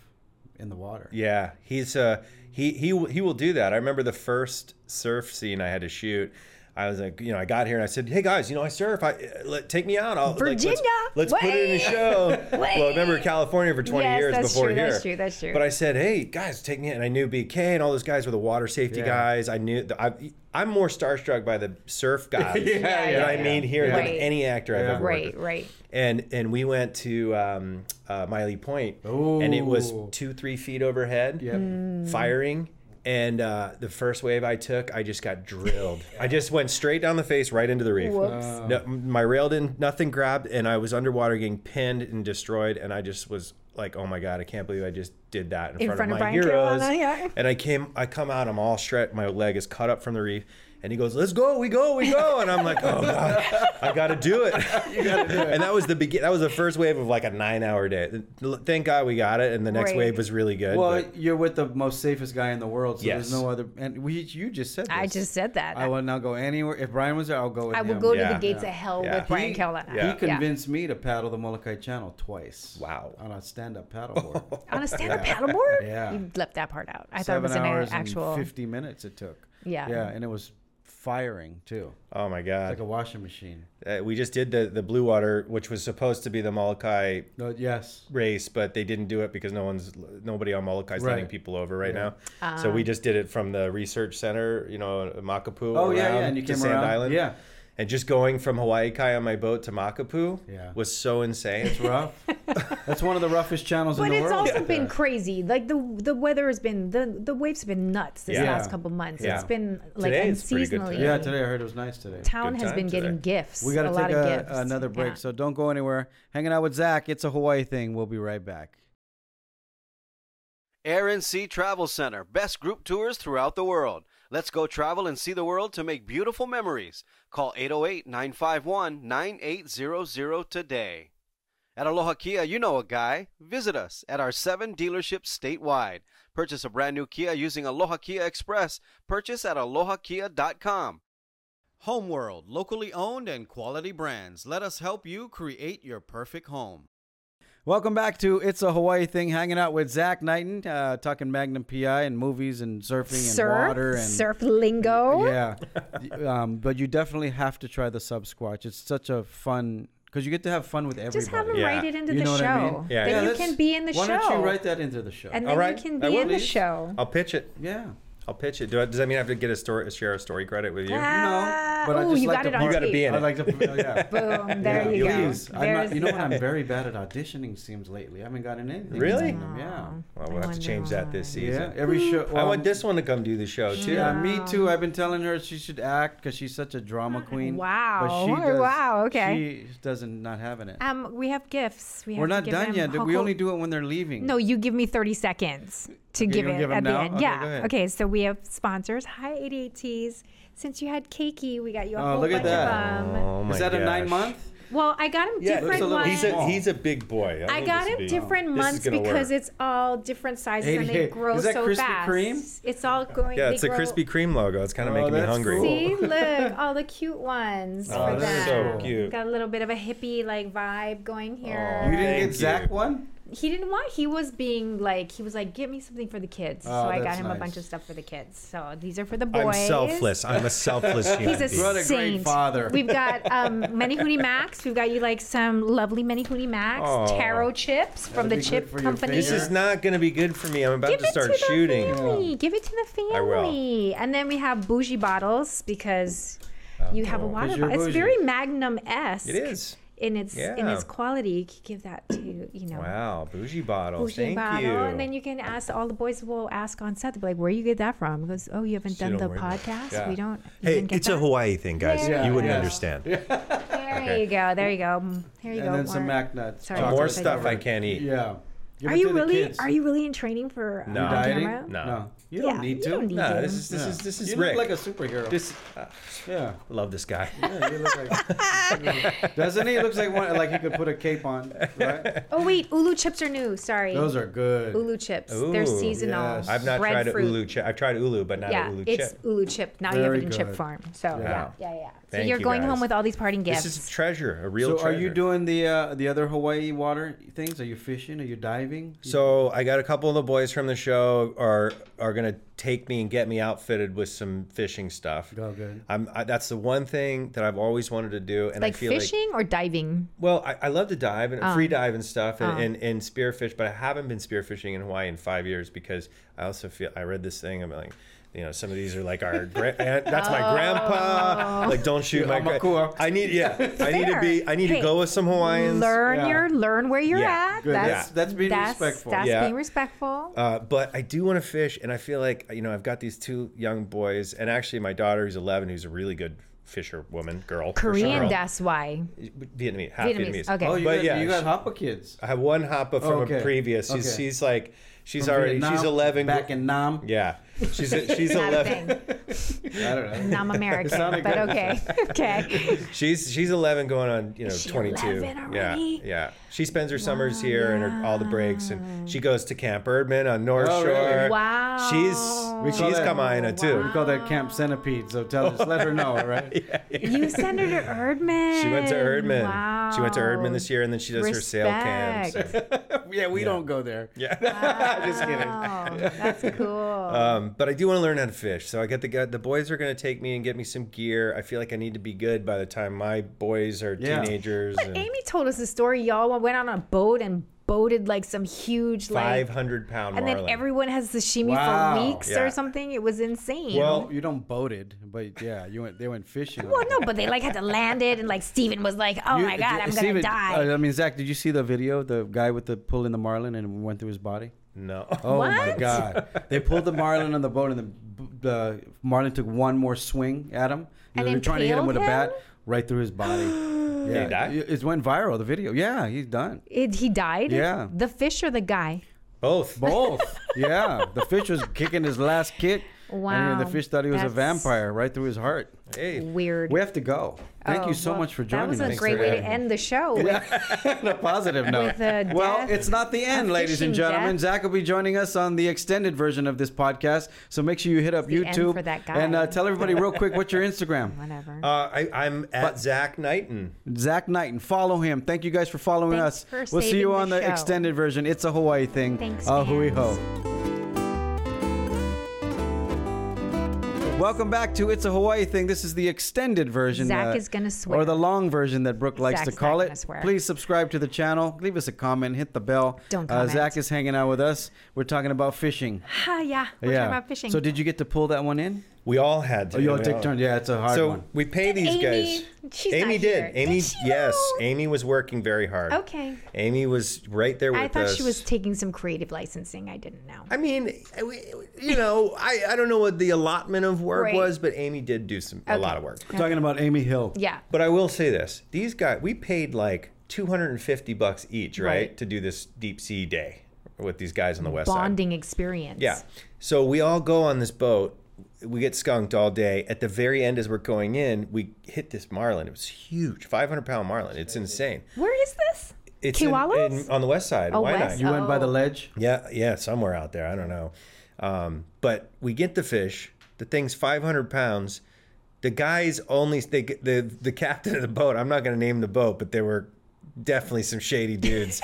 S3: in the water.
S2: Yeah, he's uh he he will- he will do that. I remember the first surf scene I had to shoot. I was like, you know, I got here and I said, "Hey guys, you know, I surf. I uh, let, take me out. I'll like, let's-
S1: Virginia,
S2: let's put it in a
S1: wait.
S2: show." well, I remember California for 20
S1: Yes,
S2: years
S1: that's
S2: before
S1: true,
S2: here.
S1: that's true, that's true.
S2: But I said, "Hey guys, take me." out." And I knew BK and all those guys were the water safety
S3: Yeah.
S2: guys. I knew the, I I'm more starstruck by the surf guys
S3: Yeah,
S2: that
S1: yeah,
S2: I
S1: yeah.
S2: meet here than
S1: Right.
S2: any actor I've
S3: Yeah.
S2: ever worked
S1: Right,
S2: with
S1: right.
S2: and and we went to um, uh, Miley Point, and it was
S3: Ooh.
S2: two three feet overhead,
S3: Yep.
S1: Mm.
S2: firing. And uh, the first wave I took, I just got drilled. I just went straight down the face, right into the reef.
S1: Whoops.
S2: No, m- my rail didn't, nothing grabbed, and I was underwater getting pinned and destroyed. And I just was like, "Oh my god, I can't believe I just did that in, front,
S1: front
S2: of
S1: of
S2: my
S1: Brian
S2: heroes."
S1: Carolina, yeah.
S2: And I came, I come out, I'm all stretched, my leg is cut up from the reef, and he goes, "Let's go, we go, we go," and I'm like, "Oh god, I got to do it." and that was the begin. That was the first wave of like a nine hour day. Thank God we got it, and the next
S1: Right.
S2: wave was really good.
S3: Well,
S2: but-
S3: you're with the most safest guy in the world, so
S2: Yes.
S3: there's no other. And we, you just said. This.
S1: I just said that.
S3: I will not go anywhere. If Brian was there, I'll go with
S1: I
S3: him.
S1: will go to
S2: Yeah.
S1: the gates of hell
S2: Yeah.
S1: with Brian
S3: He-
S1: Carolina.
S2: Yeah.
S3: He convinced me to paddle the Molokai Channel twice.
S2: Wow.
S3: On a stand-up paddleboard.
S1: On a stand-up paddleboard?
S3: Yeah.
S1: You left that part out. I
S3: Seven
S1: thought it
S3: hours
S1: was an actual.
S3: and fifty minutes it took.
S1: Yeah.
S3: Yeah, and it was firing too,
S2: oh my
S3: like
S2: God,
S3: a washing machine.
S2: uh, we just did the the blue water, which was supposed to be the Molokai
S3: No, yes.
S2: race, but they didn't do it because no one's nobody on Molokai's letting
S3: Right.
S2: people over right now. so we just did it from the research center, you know, in Makapu.
S3: Oh, yeah, yeah,
S2: around
S3: and you
S2: to
S3: came
S2: Sand
S3: around.
S2: Island.
S3: Yeah.
S2: And just going from Hawaii Kai on my boat to Makapu
S3: Yeah.
S2: was so insane.
S3: Rough. That's one of the roughest channels
S1: But
S3: in the
S1: it's
S3: world.
S1: also
S3: out
S1: been
S3: there.
S1: crazy. Like the the weather has been the the waves have been nuts this
S2: Yeah.
S1: last couple months.
S2: Yeah.
S1: It's been like
S2: Today it's pretty good
S1: unseasonally.
S2: today.
S3: Yeah, today I heard it was nice today.
S1: Town
S2: Good
S1: has
S2: time
S1: been getting
S2: today.
S1: gifts.
S3: We got to
S1: a
S3: take
S1: lot
S3: a-
S1: of gifts.
S3: another break,
S1: Yeah.
S3: so don't go anywhere. Hanging out with Zach, it's a Hawaii thing. We'll be right back.
S4: Air and Sea Travel Center, best group tours throughout the world. Let's go travel and see the world to make beautiful memories. Call 808 951 9800 today. At Aloha Kia, you know a guy. Visit us at our seven dealerships statewide. Purchase a brand new Kia using Aloha Kia Express. Purchase at alohakia.com. Homeworld, locally owned and quality brands. Let us help you create your perfect home.
S3: Welcome back to It's a Hawaii Thing, hanging out with Zach Knighton, uh, talking Magnum PI and movies and surfing and
S1: Surf,
S3: water and
S1: surf lingo.
S3: Yeah, um, but you definitely have to try the sub squatch. It's such a fun because you get to have fun with everybody.
S1: Just have them
S2: Yeah.
S1: write it into
S3: you
S1: the
S3: know
S1: show.
S3: what I mean?
S2: Yeah,
S1: then
S2: yeah.
S1: you
S3: that's-
S1: can be in the
S3: why
S1: show.
S3: don't you write that into the show?
S1: and
S2: All
S1: then
S2: right,
S1: you can
S2: I
S1: be
S2: will.
S1: in the show.
S2: I'll pitch it.
S3: yeah.
S2: I'll pitch it. Do I, does that mean I have to get a story, share a story credit with you?
S1: Ah,
S3: but I
S1: ooh,
S3: just
S1: you
S3: like
S1: got
S3: the-
S1: it on
S2: You gotta
S1: tape.
S2: be in
S3: I
S2: it.
S3: like to. oh, Yeah.
S1: Boom! There
S3: Yeah,
S1: you go.
S3: please. I'm not,
S1: There's
S3: you know
S1: the-
S3: what? I'm very bad at auditioning. Seems lately, I haven't gotten anything.
S2: Really?
S3: from them, Yeah.
S2: Well, we'll have to change that this season.
S3: Yeah. Every show.
S2: I
S1: Hmm.
S3: well,
S2: want this one to come do the show too.
S3: Yeah, me too. I've been telling her she should act because she's such a drama queen.
S1: Wow. Wow, okay.
S3: She doesn't not having it.
S1: Um, we have gifts. We have
S3: We're
S1: to
S3: not
S1: give
S3: done
S1: them
S3: yet. We
S1: hoko-
S3: only do it when they're leaving.
S1: No, you give me 30 seconds to give
S3: gonna
S1: it
S3: give 'em
S1: at the
S3: now?
S1: end.
S3: Okay, go
S1: yeah.
S3: ahead.
S1: Okay, so we have sponsors. Hi, 88Ts. Since you had Keiki, we got you a
S3: Oh,
S1: whole
S3: look
S1: bunch
S3: at that.
S1: of them.
S2: Oh my
S3: Is that a
S2: gosh.
S3: nine month?
S1: Well, I got them
S2: Yeah,
S1: different
S3: a little
S1: ones.
S2: he's a
S3: small.
S2: he's a big boy.
S1: I
S2: think
S1: got
S2: this
S1: him
S2: would be-
S1: different
S2: this is
S1: months
S2: gonna work.
S1: because it's all different sizes and they
S3: 88.
S1: grow
S3: Is that
S1: so
S3: Krispy
S1: fast.
S3: Kreme?
S1: It's all going.
S2: yeah,
S1: they
S2: it's a
S1: grow-
S2: Krispy Kreme logo. It's kind of
S3: Oh,
S2: making me
S3: that's
S2: hungry.
S3: cool.
S1: See, look, all the cute ones
S2: Oh,
S1: for
S2: that's so
S1: them.
S2: cute.
S1: Got a little bit of a hippie like vibe going here.
S2: Aw.
S3: You didn't
S2: Thank
S3: get Zach
S2: you.
S3: one?
S1: he didn't want. He was being like, he was like, get me something for the kids. so
S3: Oh,
S1: I got
S3: that's
S1: him
S3: nice.
S1: a bunch of stuff for the kids. So these are for the
S2: I'm
S1: boys.
S2: selfless. I'm a selfless human
S1: He's a
S2: being.
S3: What a great
S1: saint.
S3: father.
S1: We've got um, Menihuni Max. We've got you like some lovely Menihuni Max
S2: Oh.
S1: tarot chips from
S3: That'll
S1: the
S3: be good
S1: chip
S3: for your
S1: company.
S2: This is not going to be good for me. I'm about
S1: Give
S2: to
S1: it to
S2: start
S1: the
S2: shooting.
S1: family. Give it to the family.
S2: I will.
S1: And then we have bougie bottles because
S2: Oh,
S1: you have a water
S3: you're
S1: bottle. It's
S3: bougie.
S1: very Magnum esque.
S2: It is.
S1: in its in
S2: Yeah.
S1: its quality. You could give that to you know.
S2: Wow, bougie bottle.
S1: bougie
S2: Thank
S1: bottle,
S2: you.
S1: and then you can ask all the boys will ask on set. They'll be like, "Where you get that from?" Because oh, you haven't
S2: So you
S1: done
S2: don't
S1: the
S2: worry about it.
S1: podcast.
S2: Yeah.
S1: We don't. you
S2: hey,
S1: didn't get
S2: it's a
S1: that?"
S2: Hawaii thing, guys.
S1: There
S2: You
S1: you
S2: wouldn't
S1: go.
S2: understand.
S1: There
S2: Okay.
S1: you go. There you go. Mm, There you
S3: and
S1: go.
S3: then some
S1: Warren.
S3: Mac nuts.
S1: Sorry.
S2: More
S1: Chocolate
S2: stuff I
S1: flavor.
S2: can't eat.
S3: Yeah. Give
S1: Are
S3: it
S1: you
S3: to the
S1: really?
S3: kids.
S1: Are you really in training for uh,
S2: No.
S1: on
S3: Dieting?
S1: camera?
S2: No.
S3: No, you
S1: Yeah,
S3: don't need
S1: you
S3: to.
S1: don't need
S2: No,
S1: to.
S2: this is this
S3: Yeah.
S2: is this is
S3: you
S2: Rick.
S3: look like a superhero.
S2: this uh,
S3: yeah.
S2: love this guy.
S3: yeah, you look like- Doesn't he? Looks like one. Like he could put a cape on, right?
S1: Oh wait, Ulu chips are new. Sorry.
S3: Those are good.
S1: Ulu chips.
S2: Ooh,
S1: They're seasonal.
S3: yes.
S2: I've not tried a
S1: Breadfruit.
S2: ulu chip. I've tried ulu, but not
S1: yeah,
S2: a ulu
S1: it's
S2: chip.
S1: Ulu chip. Now you
S3: Very
S1: have it in
S3: good.
S1: chip form. So
S2: Wow.
S1: yeah, yeah, yeah. So
S2: Thank
S1: you're
S2: you,
S1: going
S2: guys.
S1: home with all these parting gifts.
S2: This is treasure, a real
S3: So are
S2: treasure.
S3: you doing the uh, the other Hawaii water things? Are you fishing? Are you diving?
S2: So I got a couple of the boys from the show are are gonna take me and get me outfitted with some fishing stuff.
S3: Oh, good.
S2: I'm I, that's the one thing that I've always wanted to do, and
S1: like
S2: I feel like
S1: fishing or diving.
S2: Well, I, I love to dive and free dive and stuff and,
S1: Oh.
S2: and, and spearfish, but I haven't been spearfishing in Hawaii in five years because I also feel I read this thing. I'm like, you know, some of these are like our gra- aunt, that's my
S1: Oh.
S2: grandpa. Like, don't shoot my gra-
S3: Amakua.
S2: I need yeah. I need to
S1: Fair.
S2: be. I need to
S1: Hey,
S2: go with some Hawaiians.
S1: Learn
S3: yeah.
S1: your learn where you're
S2: Yeah,
S1: at.
S3: good.
S1: That's,
S3: Yeah. That's being respectful.
S1: That's
S2: Yeah.
S1: being respectful.
S2: Uh, but I do want to fish, and I feel like you know I've got these two young boys, and actually my daughter who's 11, who's a really good fisher woman girl, fisher
S1: Korean,
S2: girl.
S1: that's why.
S2: Vietnamese, half Vietnamese.
S1: Vietnamese. Okay.
S3: Oh, you
S2: But
S3: got,
S2: yeah,
S3: you got
S2: she-
S3: Hapa kids.
S2: I have one hoppa from a
S3: Okay.
S2: previous. She's,
S3: Okay.
S2: she's like she's
S3: From
S2: already
S3: Vietnam,
S2: she's 11.
S3: Back in Nam.
S2: yeah, she's she's
S1: Not
S2: 11.
S1: a thing.
S3: I don't know.
S1: I'm American,
S3: sounded
S1: but
S3: good.
S1: okay, okay.
S2: She's she's 11 going on, you know,
S1: she
S2: 22.
S1: 11
S2: yeah.
S1: already?
S2: Yeah. She spends her summers here and her, all the breaks and she goes to Camp Erdman on North
S3: Oh,
S2: Shore.
S3: really?
S1: Wow.
S3: We
S2: She's
S3: call
S2: she's
S3: that-
S2: Kamaina too.
S3: We call that Camp Centipede. So tell us, let her know, all right?
S1: You Senator Erdman.
S2: She went to Erdman.
S1: Wow.
S2: She went to Erdman this year and then she does her sail camps.
S1: Respect.
S3: yeah, we don't go there.
S2: Yeah. Just kidding.
S1: Wow, that's cool.
S2: Um, but I do want to learn how to fish. So I get the guy, the boys are going to take me and get me some gear. I feel like I need to be good by the time my boys are
S3: Yeah.
S2: teenagers. and
S1: Amy told us the story. Y'all went on a boat and boated like some huge like,
S2: 500 pound
S1: and
S2: marlin.
S1: then everyone has sashimi for
S3: Wow.
S1: weeks
S2: Yeah.
S1: or something. It was insane.
S2: Well-
S3: You don't boated, but yeah, you went. They went fishing.
S1: Well, no, but they like had to land it, and like Steven was like, "Oh
S3: You-
S1: my god,
S3: did-
S1: I'm gonna
S3: Steven,
S1: die."
S3: uh, I mean, Zach, did you see the video? The guy with the pull in the marlin and went through his body.
S2: no.
S3: Oh my
S1: What?
S3: god! They pulled the marlin on the boat, and the, the marlin took one more swing at him.
S1: And
S3: they were trying to hit him with a
S1: impaled
S3: bat
S1: him?
S3: right through his body. yeah,
S2: he die?
S3: It, it went viral. The video. Yeah, he's done.
S1: It- he died.
S3: Yeah.
S1: the fish or the guy?
S2: Both.
S3: Both. yeah, the fish was kicking his last kick.
S1: Wow,
S3: And the fish thought he was a
S1: that's-
S3: vampire right through his heart.
S2: Hey.
S1: Weird.
S3: We have to go. Thank
S1: Oh,
S3: you so
S1: well,
S3: much for
S1: That
S3: joining
S1: was a
S3: us.
S1: great
S2: for
S1: way to
S2: having
S1: end the show. with-
S3: on a positive note.
S1: With a
S3: well,
S1: death-
S3: it's not the end,
S1: a
S3: ladies and
S1: fishing
S3: gentlemen.
S1: death.
S3: Zach will be joining us on the extended version of this podcast. So make sure you hit up
S1: the end
S3: YouTube
S1: for that guy.
S3: and uh, tell everybody real quick what's your Instagram.
S1: Whatever.
S2: Uh, I, I'm at Zach Knighton.
S3: Zach Knight and follow him. Thank you guys for following
S1: Thanks
S3: us.
S1: for
S3: we'll see
S1: saving
S3: you
S1: the
S3: on the,
S1: show.
S3: extended version. It's a Hawaii thing.
S1: Thanks,
S3: Ahui ho.
S1: fans.
S3: Welcome back to It's a Hawaii Thing. This is the extended version. uh,
S1: Zach is gonna swear.
S3: Or the long version that Brooke likes
S1: Zach's
S3: to call
S1: not
S3: it.
S1: gonna swear.
S3: Please subscribe to the channel. Leave us a comment. Hit the bell.
S1: Don't
S3: Uh,
S1: comment.
S3: Zach is hanging out with us. We're talking about fishing.
S1: Ah, yeah, we're talking about fishing.
S3: So did you get to pull that one in?
S2: We all had to.
S3: Oh, you all
S2: We
S3: take turns. Yeah, it's a hard
S2: So
S3: one.
S2: we pay these
S1: Amy-
S2: guys.
S1: she's
S2: Amy
S1: not
S2: did.
S1: here.
S2: Amy,
S1: Did she
S2: yes.
S1: know?
S2: Amy was working very hard.
S1: Okay.
S2: Amy was right there with
S1: I thought
S2: us.
S1: she was taking some creative licensing. I didn't know.
S2: I mean, I- we- you know, I, I don't know what the allotment of work
S1: Right.
S2: was, but Amy did do some a
S1: Okay.
S2: lot of work.
S3: We're talking about Amy Hill.
S1: yeah.
S2: But I will say this: these guys, we paid like 250 bucks each, right,
S1: Right.
S2: to do this deep sea day with these guys on the west side.
S1: Bonding experience.
S2: Yeah. So we all go on this boat. We get skunked all day. At the very end, as we're going in, we hit this marlin. It was huge, 500 pound marlin. It's insane.
S1: Where is this?
S2: It's in-
S1: Kiwalas?
S2: in- on the west side.
S1: Oh,
S2: Why
S1: west.
S2: not?
S3: You went by the
S1: Oh.
S3: ledge.
S2: Yeah, yeah, somewhere out there. I don't know. Um, but we get the fish. The thing's 500 pounds. The guys only they, the the captain of the boat. I'm not going to name the boat, but there were definitely some shady dudes.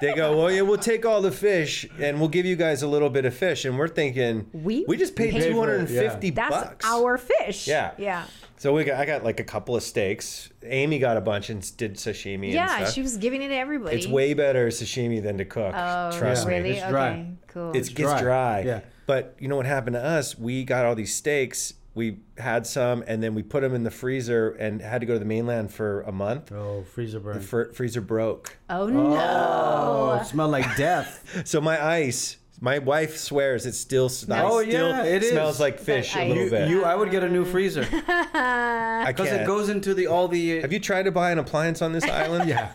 S2: They go, well, yeah, we'll take all the fish and we'll give you guys a little bit of fish. And we're thinking,
S1: We
S2: just paid
S1: paid-
S2: two hundred and fifty
S1: That's
S2: bucks.
S1: our fish.
S2: Yeah.
S1: Yeah.
S2: So we got, I got like a couple of steaks. Amy got a bunch and did sashimi.
S1: Yeah.
S2: and stuff.
S1: She was giving it to everybody.
S2: It's way better sashimi than to cook.
S1: Oh,
S2: trust me.
S1: really?
S3: It's
S1: okay.
S3: dry.
S1: Cool.
S2: It's, it's
S3: dry.
S2: dry.
S3: Yeah.
S2: But you know what happened to us? We got all these steaks. We had some, and then we put them in the freezer and had to go to the mainland for a month.
S3: Oh, freezer burn.
S2: Fr- freezer broke.
S1: oh no.
S3: Oh, it smelled like death.
S2: So my ice, my wife swears it still, s- I
S3: Oh,
S2: still
S3: yeah, it is.
S2: smells like fish a
S1: ice.
S2: little
S3: you,
S2: bit.
S3: you, I would get a new freezer
S2: I
S3: because
S2: can't.
S3: it goes into the all the.
S2: Have you tried to buy an appliance on this island?
S3: yeah.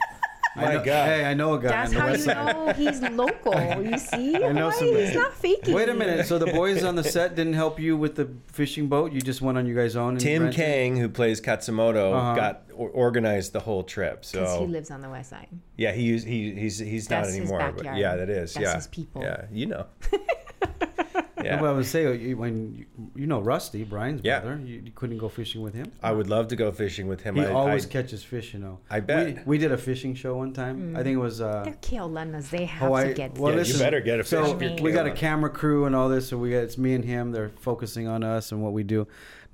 S2: My
S3: I know,
S2: God.
S3: Hey, I know a guy.
S1: That's
S3: on the
S1: how
S3: west
S1: you
S3: side.
S1: know he's local. You see?
S3: I know
S1: Why?
S3: somebody.
S1: He's not faking.
S3: Wait a
S1: it.
S3: minute. So the boys on the set didn't help you with the fishing boat. You just went on your guys' own. And
S2: Tim
S3: rented?
S2: Kang, who plays Katsumoto,
S3: Uh-huh.
S2: got or- organized the whole trip.
S1: 'Cause
S2: So
S1: he lives on the west
S3: Oh.
S1: side.
S2: Yeah, he used, he he's he's not
S1: That's his
S2: anymore. but
S1: backyard.
S2: yeah, that is.
S1: That's
S2: yeah,
S1: his people.
S2: Yeah, you know.
S3: Yeah. Well, I
S2: yeah,
S3: would say you- when you, you know Rusty Brian's
S2: Yeah.
S3: brother, you, you couldn't go fishing with him.
S2: I would love to go fishing with him.
S3: He
S2: I,
S3: always
S2: I,
S3: catches fish, you know.
S2: I bet.
S3: We, we did a fishing show one time. I think it was. Uh,
S1: Mm. They're Keolanas. They have
S3: Hawaii.
S1: to get.
S3: Well,
S2: Yeah, you
S3: listen,
S2: better get a fish
S3: So
S2: if you're
S3: we got a
S2: Keolana.
S3: camera crew and all this, so we got it's me and him. They're focusing on us and what we do.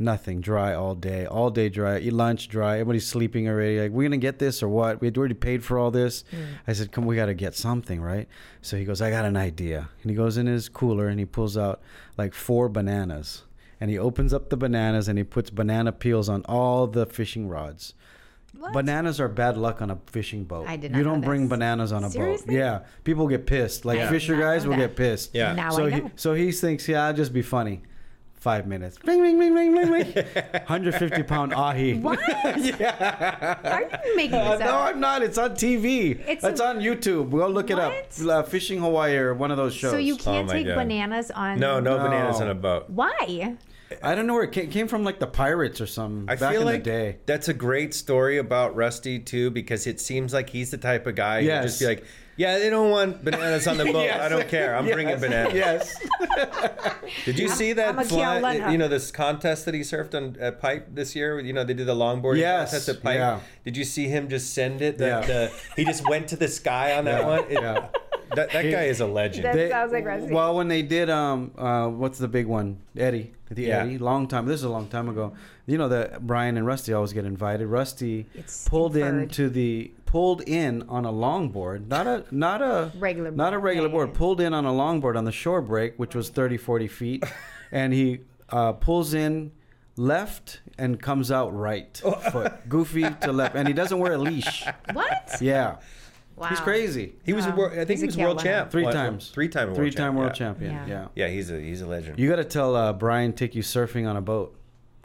S3: Nothing dry all day, all day dry. Eat lunch dry. Everybody's sleeping already. Like we're gonna get this or what? We had already paid for all this.
S1: Mm.
S3: I said, come, we got to get something, right? So he goes, I got an idea, and he goes in his cooler and he pulls out like four bananas. And he opens up the bananas and he puts banana peels on all the fishing rods.
S1: What?
S3: Bananas are bad luck on a fishing boat.
S1: I did
S3: You
S1: not know
S3: don't bring
S1: this.
S3: bananas on a boat.
S1: Seriously?
S3: Yeah, people get pissed. Like
S1: Yeah.
S3: fisher
S1: Not
S3: guys
S1: know
S3: will
S1: that.
S3: get pissed.
S2: Yeah.
S1: Now
S3: so
S1: I know.
S3: he so he thinks, yeah, I'll just be funny. Five minutes. Ring ring ring ring ring ring. Hundred fifty pound ahi.
S1: What? Are you making
S3: Uh,
S1: this
S3: no,
S1: up?
S3: I'm not. It's on TV. It's,
S1: It's a-
S3: on YouTube. Go look it
S1: What?
S3: up. Uh, Fishing Hawaii or one of those shows.
S1: so you
S2: Oh
S1: can't
S2: my
S1: take
S2: God.
S1: bananas on.
S2: no, no, bananas
S3: No.
S2: on a boat.
S1: Why?
S3: I don't know where it came, came from, like the pirates or something.
S2: I
S3: back
S2: feel
S3: in
S2: like
S3: the day.
S2: that's a great story about Rusty too, because it seems like he's the type of guy who would just be
S3: Yes.
S2: like, "Yeah, they don't want bananas on the boat.
S3: Yes.
S2: I don't care. I'm bringing
S3: Yes.
S2: bananas."
S3: Yes.
S2: Did you see that
S1: I'm a
S2: fly-
S1: Keolana.
S2: You know this contest that he surfed on uh, pipe this year. You know they did the longboard
S3: Yes,
S2: contest at pipe.
S3: yeah.
S2: Did you see him just send it? The,
S3: Yeah.
S2: the- he just went to the sky on that
S3: Yeah,
S2: one. It-
S3: yeah.
S2: That, that guy is a legend.
S1: That- sounds like Rusty.
S3: Well, when they did, um, uh, what's the big one? Eddie, the
S2: Yeah.
S3: Eddie. Long time. This is a long time ago. You know that Brian and Rusty always get invited. Rusty
S1: It's
S3: pulled
S1: inferred.
S3: into the pulled in on a longboard, not a not a
S1: Regular
S3: not a
S1: board,
S3: regular
S1: yeah,
S3: board.
S1: yeah.
S3: Pulled in on a longboard on the shore break, which was 30, 40 feet, and he uh, pulls in. Left and comes out right
S2: Oh.
S3: foot, goofy to left, and he doesn't wear a leash.
S1: What?
S3: Yeah,
S1: Wow.
S3: he's crazy.
S2: he was. a
S1: Wow.
S2: wor- I think
S1: He's
S2: he
S1: a
S2: was world
S1: Keolana.
S2: champ
S3: Three
S2: One-
S3: times,
S2: Three time.
S3: three time world
S2: champ.
S3: champion.
S1: Yeah.
S3: yeah.
S2: Yeah. Yeah, he's a he's a legend.
S3: You got to tell uh, Brian take you surfing on a boat.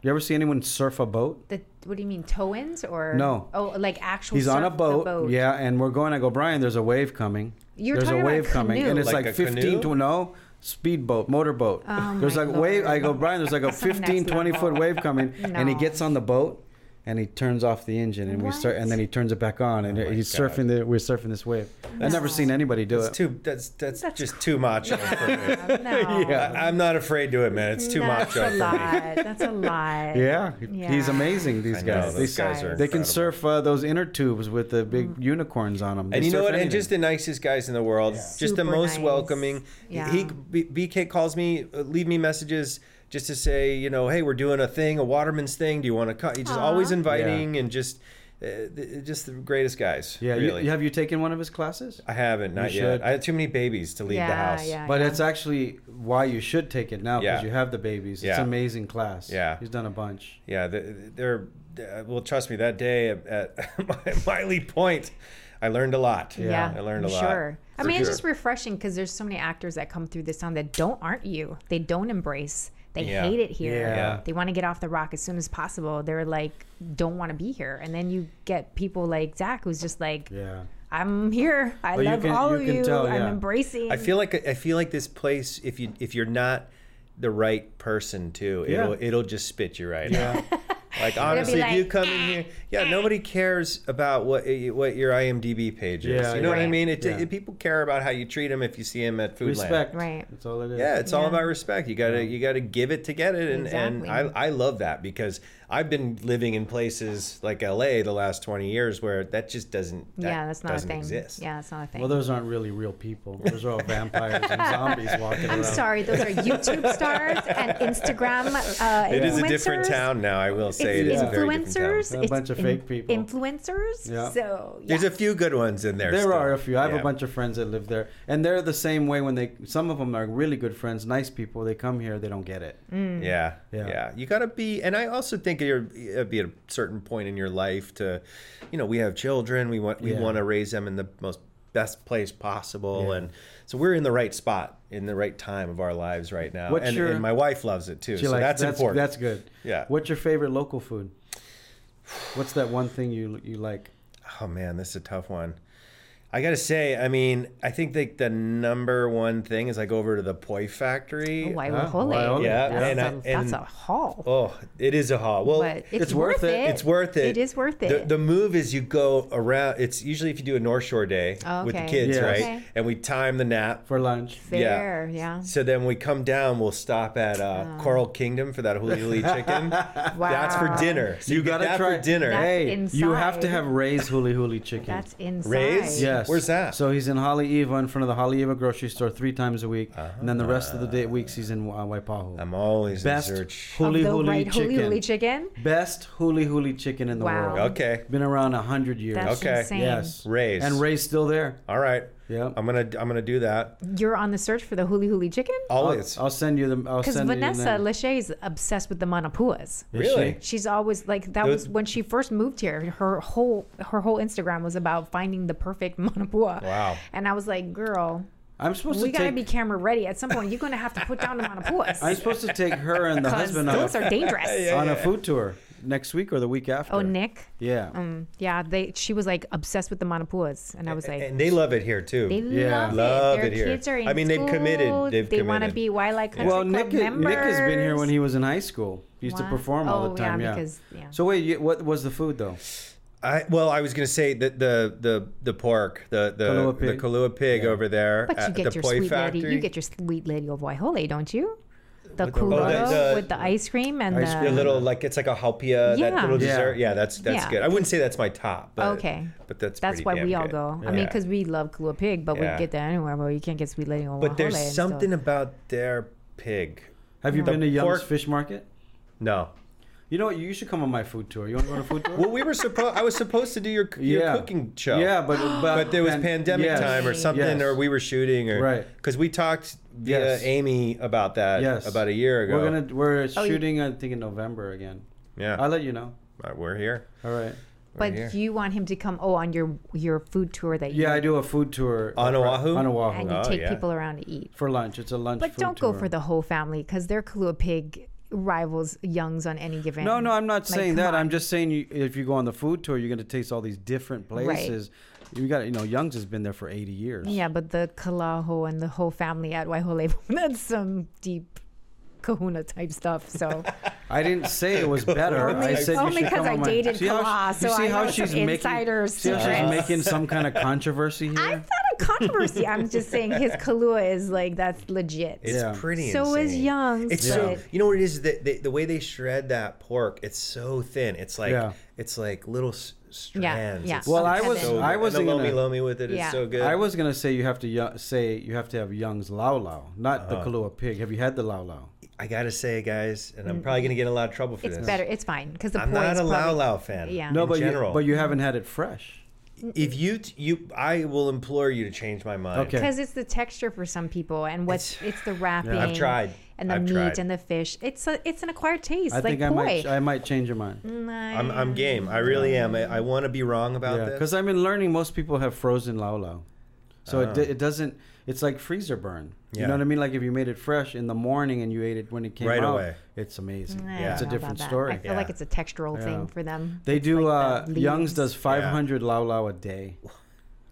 S3: You ever see anyone surf a boat?
S1: The, what do you mean, tow-ins or
S3: No.
S1: Oh, like actual.
S3: He's on a
S1: surf- the
S3: boat, yeah, and we're going. I go, Brian, there's a wave coming.
S1: You're
S3: there's a
S1: talking about
S3: wave coming,
S1: canoe.
S3: and it's
S2: Like a
S3: like, 15
S2: canoe?
S3: to no speedboat, motorboat.
S1: Oh,
S3: there's
S1: my
S3: like wave.
S1: Lord.
S3: I go, Brian, there's like a
S1: That's the next
S3: 15, 20 foot
S1: level.
S3: wave coming, and he
S1: No.
S3: gets on the boat. And he turns off the engine, and we start,
S1: What?
S3: and then he turns it back on, and
S2: Oh my
S3: he's
S2: God.
S3: surfing the. We're surfing this wave. I've never
S1: No.
S3: seen anybody do
S2: That's
S3: it.
S2: too. That's that's,
S1: That's
S2: just too macho for me.
S1: Yeah, no.
S2: I, am not afraid to admit it's too
S1: That's
S2: macho
S1: a
S2: for me.
S1: lot. That's a lot.
S3: Yeah, he's
S1: Yeah.
S3: amazing. These
S2: I know,
S3: guys,
S2: those
S3: they,
S2: guys are
S3: they can
S2: incredible.
S3: surf uh, those inner tubes with the
S1: Mm.
S3: big unicorns on them.
S2: And you know what? And just the nicest guys in the world. Just the
S1: Super
S2: most
S1: nice.
S2: welcoming.
S1: Yeah.
S2: He B- BK calls me, uh, leave me messages just to say, you know, hey, we're doing a thing, a Waterman's thing. Do you want to come? He's just always inviting and just, uh, th- just the greatest guys.
S3: yeah, you-
S2: really.
S3: you, have you taken one of his classes?
S2: I haven't, not
S3: should.
S2: yet. I had too many babies to leave the
S1: Yeah,
S2: house.
S1: yeah.
S3: But it's actually why you should take it now because
S2: Yeah.
S3: you have the babies. It's
S2: Yeah.
S3: an amazing class.
S2: Yeah.
S3: he's done a bunch.
S2: Yeah, th- they're uh, well. Trust me, that day at, at my- Miley Point, I learned a lot.
S1: Yeah,
S2: I learned a
S1: I'm
S2: lot.
S1: Sure. I
S2: For
S1: mean, it's
S2: sure.
S1: just refreshing because there's so many actors that come through this town that don't aren't you. They don't embrace. They
S2: Yeah.
S1: hate it here.
S3: Yeah.
S2: Yeah.
S1: They want to get off the rock as soon as possible. They're like, don't want to be here. And then you get people like Zach, who's just like,
S3: Yeah,
S1: I'm here. I
S3: Well, you
S1: love
S3: can-
S1: all
S3: you
S1: of
S3: can
S1: you.
S3: tell,
S1: I'm
S3: yeah.
S1: embracing.
S2: I feel like I feel like this place. If you if you're not the right person too,
S3: Yeah.
S2: it'll it'll just spit you right
S3: yeah.
S2: out. Like honestly,
S1: like, "Ah,
S2: if you come in here, yeah, nobody cares about what eh, what your IMDb page is.
S3: Yeah,
S2: you know what I
S1: Right.
S2: mean? It,
S3: yeah.
S2: it- people care about how you treat them if you see them at Foodland.
S3: Respect.
S1: Right.
S3: That's all it is.
S2: Yeah, it's all
S1: Yeah.
S2: about respect. You gotta you gotta give it to get it, and and
S1: Exactly.
S2: I I love that because I've been living in places like LA the last 20 years where that just doesn't that
S1: yeah, that's not a
S2: doesn't
S1: thing.
S2: exist.
S1: Yeah, that's not a thing.
S3: Well, those aren't really real people. Those are all vampires and zombies walking
S1: I'm
S3: around.
S1: sorry, those are YouTube stars and Instagram uh,
S2: It is a different
S1: influencers.
S2: town now, I will say.
S1: It's
S2: it is a very different town.
S1: influencers.
S3: A
S1: it's
S3: bunch of fake people.
S1: Influencers.
S3: Yeah.
S1: So yeah.
S2: There's a few good ones in there.
S3: There
S2: still.
S3: are a few. I have
S2: Yeah.
S3: a bunch of friends that live there, and they're the same way. When they, some of them are really good friends, nice people. They come here, they don't get it.
S2: Yeah,
S3: Yeah.
S2: yeah, You gotta be, and I also think you're uh, be at a certain point in your life to, you know, we have children. We want we
S3: Yeah.
S2: want to raise them in the most best place possible, and so we're in the right spot in the right time of our lives right now.
S3: What's
S2: and,
S3: your-
S2: and my wife loves it too,
S3: She
S2: so
S3: likes-
S2: that's, important.
S3: That's good.
S2: Yeah.
S3: What's your favorite local food? What's that one thing you you like?
S2: Oh man, this is a tough one. I gotta say, I mean, I think like the number one thing is I go over to the Poi Factory.
S1: Oh, Waiwahole.
S2: Yeah,
S1: That's,
S2: and I-
S1: a, that's
S2: and-
S1: a haul.
S2: Oh, it is a haul. Well,
S1: but it's,
S3: it's worth it.
S2: It's worth it.
S1: It is worth it.
S2: The, the move is you go around. It's usually if you do a North Shore day
S1: Oh,
S2: with the
S1: okay.
S2: kids,
S3: Yes.
S2: right?
S1: Okay.
S2: And we time the nap.
S3: For lunch,
S2: yeah.
S1: Fair, yeah.
S2: So then we come down. We'll stop at uh, Coral Kingdom for that hulili chicken.
S1: Oh. Wow.
S2: That's for dinner. So you, got that for dinner.
S1: That's
S3: hey, you have to
S1: inside.
S3: have Ray's Huli Huli chicken.
S1: That's inside.
S2: Rays? Yeah.
S3: yes.
S2: Where's that?
S3: So he's in Holly Eva in front of the Holly Eva grocery store three times a week, and then the rest of the day weeks he's in uh, Waipahu.
S2: I'm always
S3: Best
S2: in search.
S1: Of
S3: Huli
S1: the
S3: Huli
S1: right
S3: chicken.
S1: huli huli chicken.
S3: Best Huli Huli chicken in the
S1: Wow.
S3: world.
S2: Okay.
S3: Been around a hundred years.
S1: That's
S2: Okay.
S1: insane.
S3: Yes.
S2: Ray's.
S3: And Ray's still there.
S2: All right.
S3: Yep.
S2: I'm gonna I'm gonna do that.
S1: You're on the search for the huli huli chicken?
S3: I'll,
S2: Always.
S3: I'll send you the. I'll
S1: Because
S3: send you
S1: Vanessa
S3: the name.
S1: Lachey is obsessed with the manapuas.
S2: really?
S1: She's always like that
S2: Those-
S1: was when she first moved here. Her whole her whole Instagram was about finding the perfect manapua.
S2: Wow.
S1: And I was like, girl,
S3: I'm supposed
S1: we
S3: to
S1: gotta
S3: take.
S1: be camera ready. At some point, you're gonna have to put down the manapuas.
S3: I'm supposed to take her and the
S1: because
S3: husband on,
S1: those
S3: a,
S1: are dangerous.
S3: on a food tour next week or the week after.
S1: Oh, Nick.
S3: Yeah.
S1: Mm, yeah, they. She was like obsessed with the manapuas, and I was like,
S2: And they love it here too.
S1: they
S3: Yeah.
S1: love,
S2: Love
S1: it. Their
S2: it here.
S1: kids are in
S2: I mean, they've committed.
S1: school.
S2: They've
S1: they want to
S2: committed.
S1: be YLI country
S3: Well,
S1: club
S3: Nick,
S1: members.
S3: Nick has been here when he was in high school. He used
S1: Wow.
S3: to perform all
S1: Oh,
S3: the
S1: yeah,
S3: time. Yeah.
S1: because- yeah.
S3: So wait, you, what was the food though?
S2: I well, I was gonna say that the the the pork, the the
S3: Kahlua
S2: the
S3: pig.
S2: Kahlua pig over there
S1: But you
S2: at
S1: get
S2: the
S1: your
S2: Poi
S1: sweet
S2: factory.
S1: lady. You get your sweet lady of Waihole, don't you? The
S2: the- oh, the-
S1: kuloro
S2: the-
S1: with the ice cream and
S3: Ice
S1: the.
S2: the little like it's like a halpia
S1: Yeah.
S2: that little
S3: Yeah.
S2: dessert. Yeah, that's that's
S1: Yeah.
S2: good. I wouldn't say that's my top, but
S1: Okay.
S2: but that's
S1: that's
S2: pretty
S1: why
S2: damn
S1: we all
S2: good.
S1: go. I mean,
S2: Yeah.
S1: because we love Kulua Pig, but
S2: Yeah.
S1: we get that anywhere. But you can't get sweet lady of Waihole.
S2: but there's
S1: and stuff.
S2: something about their pig.
S3: Have you
S2: The
S3: been to Young's
S2: pork-
S3: Fish Market?
S2: No,
S3: You know what? You should come on my food tour. You want to go on a food tour?
S2: well, we were supposed. I was supposed to do your your cooking show.
S3: Yeah, but but,
S2: But there was
S3: pan-
S2: pandemic
S3: yes,
S2: time or something,
S3: yes.
S2: or we were shooting, or
S3: Right.
S2: Because we talked via
S3: Yes.
S2: Amy about that
S3: yes
S2: about a year ago.
S3: We're gonna we're
S1: Oh, you-
S3: shooting I think in November again.
S2: yeah,
S3: I'll let you know.
S2: Uh, we're here.
S3: All right.
S1: But
S2: here.
S1: you want him to come? Oh, on your your food tour that you
S3: Yeah, I do a food tour
S2: On Oahu?
S3: On Oahu
S1: and you
S2: Oh,
S1: take
S2: yeah.
S1: people around to eat.
S3: for lunch. It's a lunch.
S1: But
S3: food
S1: don't
S3: tour.
S1: go for the whole family because their Kahlua pig rivals Young's on any given.
S3: No, no, I'm not
S1: Like,
S3: saying
S1: come
S3: that. I'm
S1: on.
S3: just saying you, if you go on the food tour, you're going to taste all these different
S1: Right.
S3: places. You got, you know, Young's has been there for 80 years.
S1: Yeah, but the Kalaho and the whole family at Waihole, that's some deep kahuna type stuff. So
S3: I didn't say it was better.
S1: Only-
S3: I said you
S1: only
S3: should
S1: 'cause
S3: come
S1: I
S3: on my-
S1: dated
S3: See how
S1: Kala,
S3: she- you
S1: so
S3: see
S1: I
S3: how
S1: know
S3: she's
S1: some
S3: making,
S1: insider
S3: see how she's
S1: secrets.
S3: making some kind of controversy here.
S1: I'm not a controversy. I'm just saying his Kalua is like, that's legit.
S2: It's
S3: Yeah.
S2: pretty.
S1: So is
S2: insane.
S1: Young's,
S2: It's so.
S1: but-
S2: You know what it is? That they, the way they shred that pork, it's so thin. It's like
S3: Yeah.
S2: it's like little s- strands.
S1: yeah.
S2: It's
S3: well, I
S1: Kevin.
S3: was,
S2: so
S3: I
S2: good.
S3: wasn't
S2: and the lomi
S3: gonna,
S2: lomi with it is
S1: Yeah.
S2: so good.
S3: I was gonna say you have to yo- say you have to have Young's Lao Lao, not the
S1: Uh-huh.
S3: Kalua pig. Have you had the Lao Lao?
S2: I gotta say, guys, and I'm probably gonna get in a lot of trouble for
S1: Mm. It's
S2: this.
S1: better. It's fine because the
S2: I'm
S1: poi
S2: not
S1: is
S2: a Lao
S1: probably-
S2: Lao fan.
S1: Yeah.
S3: No,
S2: in
S3: but you,
S2: general.
S3: but you haven't had it fresh.
S2: if you t- you, I will implore you to change my mind.
S3: Okay.
S1: because it's the texture for some people and what's it's, the wrapping.
S2: I've tried.
S1: and the
S2: I've
S1: meat
S2: tried.
S1: and the fish. It's a, it's an acquired taste.
S3: I
S1: like
S3: think I might,
S1: poi. Mm,
S3: I might change your mind.
S2: I'm, I'm game. I really am. I, I want to be wrong about
S3: Yeah,
S2: this.
S3: because I've been learning most people have frozen lao lao, so it, d- it doesn't. It's like freezer burn. You
S2: Oh. Yeah.
S3: know what I mean? Like if you made it fresh in the morning and you ate it when it came
S2: Right
S3: out,
S2: away.
S3: it's amazing.
S1: I
S2: Yeah.
S1: don't
S3: it's a
S1: know about
S3: different
S1: that. I
S3: story.
S1: feel like
S2: Yeah.
S1: it's a textural
S3: Yeah.
S1: thing for them.
S3: They
S1: It's
S3: do.
S1: like
S3: uh,
S1: the
S3: Young's
S1: leaves.
S3: does 500 lao lao a day.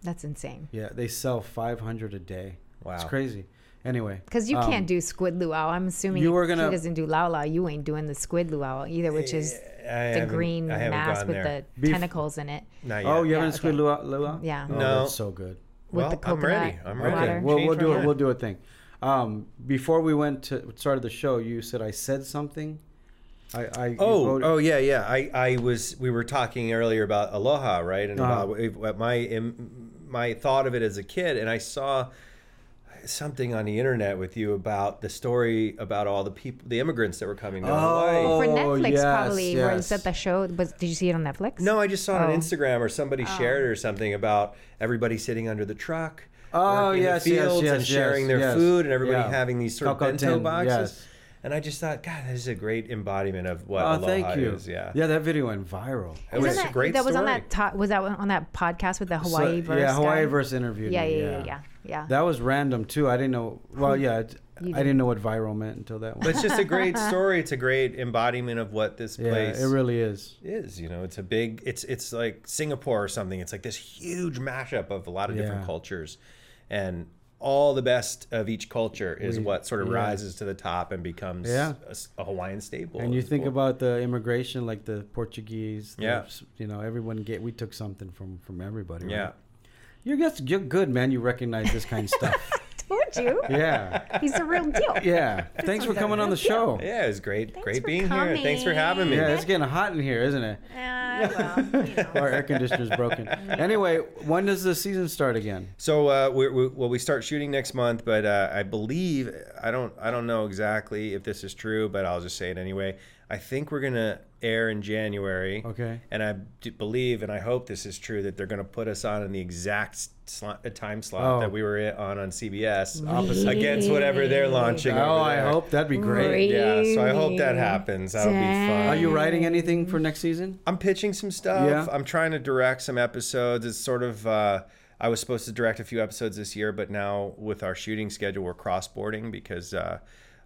S1: That's insane.
S3: Yeah, they sell 500 a day. it's
S2: Wow.
S3: crazy. Anyway,
S1: Because you
S3: um,
S1: can't do squid luau. I'm assuming
S3: you
S1: if
S3: were gonna-
S1: he doesn't do lao lao. You ain't doing the squid luau either, which is
S2: I
S1: the
S2: haven't-
S1: green
S2: I haven't
S1: mass
S2: gone
S1: with
S2: there.
S1: the
S3: Beef-
S1: tentacles in it.
S2: Not yet.
S3: oh, you
S1: Yeah,
S3: haven't
S1: okay.
S3: squid luau? luau?
S1: Yeah.
S3: Oh,
S2: No.
S3: that's so good.
S1: With
S2: Well,
S1: the
S2: I'm
S1: coconut
S2: ready. I'm ready.
S1: water.
S3: Okay, well,
S2: Change
S3: we'll
S2: my
S3: do it.
S2: mind.
S3: We'll do a thing. Um, before we went to started the show, you said I said something. I, I
S2: Oh,
S3: wrote-
S2: oh yeah, yeah. I, I was we were talking earlier about Aloha, right? And
S3: Uh-huh.
S2: about if- what my im- my thought of it as a kid, and I saw something on the internet with you about the story about all the people, the immigrants that were coming to Hawaii.
S1: For
S3: Oh,
S1: Netflix,
S3: yes,
S1: probably. Or
S3: yes.
S1: is that the show? Was, did you see it on Netflix?
S2: No, I just saw it on
S1: Oh.
S2: Instagram or somebody shared it or something about everybody sitting under the truck.
S3: Oh,
S2: working
S3: yes,
S2: the
S3: yes,
S2: fields and
S3: yes,
S2: sharing
S3: yes,
S2: their
S3: yes.
S2: food and everybody
S3: Yeah.
S2: having these sort of
S3: Coco
S2: bento
S3: tin,
S2: boxes.
S3: yes.
S2: And I just thought, God, this is a great embodiment of what
S3: Oh,
S2: Aloha
S3: thank you.
S2: is. Yeah,
S3: yeah, that video went viral.
S2: It
S1: Isn't
S2: was
S1: that,
S2: a great
S1: that
S2: story.
S1: was on that to- was that on that podcast with the
S3: So-
S1: Hawaii verse
S3: yeah, Hawaii
S1: guy?
S3: verse interview.
S1: yeah, yeah, yeah, yeah, yeah, yeah.
S3: That was random too. I didn't know. Well, yeah, it,
S1: You
S3: I didn't know what viral meant until that one.
S2: But it's just a great story. It's a great embodiment of what this
S3: yeah,
S2: place
S3: it really is.
S2: is. You know, it's a big. It's it's like Singapore or something. It's like this huge mashup of a lot of different
S3: Yeah.
S2: cultures, and all the best of each culture is
S3: We-
S2: what sort of
S3: yeah.
S2: rises to the top and becomes
S3: Yeah.
S2: a, s- a Hawaiian staple.
S3: And you
S2: It's
S3: think
S2: cool.
S3: about the immigration, like the Portuguese. the-
S2: Yeah.
S3: You know, everyone get. We took something from from everybody.
S2: yeah.
S3: right? You're just you're good, man. You recognize this kind of stuff.
S1: Told you,
S3: yeah.
S1: he's the real deal.
S3: Yeah. Thanks for coming on the show.
S2: Yeah, it was great. great
S1: for
S2: being here. Thanks for
S1: coming.
S2: having me.
S3: Yeah, it's getting hot in here, isn't it?
S1: Uh, well, you know.
S3: Our air conditioner's broken. Anyway, when does the season start again?
S2: So uh, we're, we well, we start shooting next month, but uh, I believe I don't I don't know exactly if this is true, but I'll just say it anyway. I think we're gonna air in January.
S3: Okay.
S2: And I d- believe and I hope this is true that they're gonna put us on in the exact slot, uh, time slot
S3: Oh.
S2: that we were i- on on CBS
S3: Opposite.
S2: against whatever they're launching.
S3: Oh,
S2: over
S3: I
S2: there.
S3: hope that'd be great.
S1: Great.
S2: Yeah, so I hope that happens. That'll be fun.
S3: Are you writing anything for next season?
S2: I'm pitching some stuff.
S3: Yeah.
S2: I'm trying to direct some episodes. It's sort of uh, I was supposed to direct a few episodes this year, but now with our shooting schedule, we're crossboarding because uh,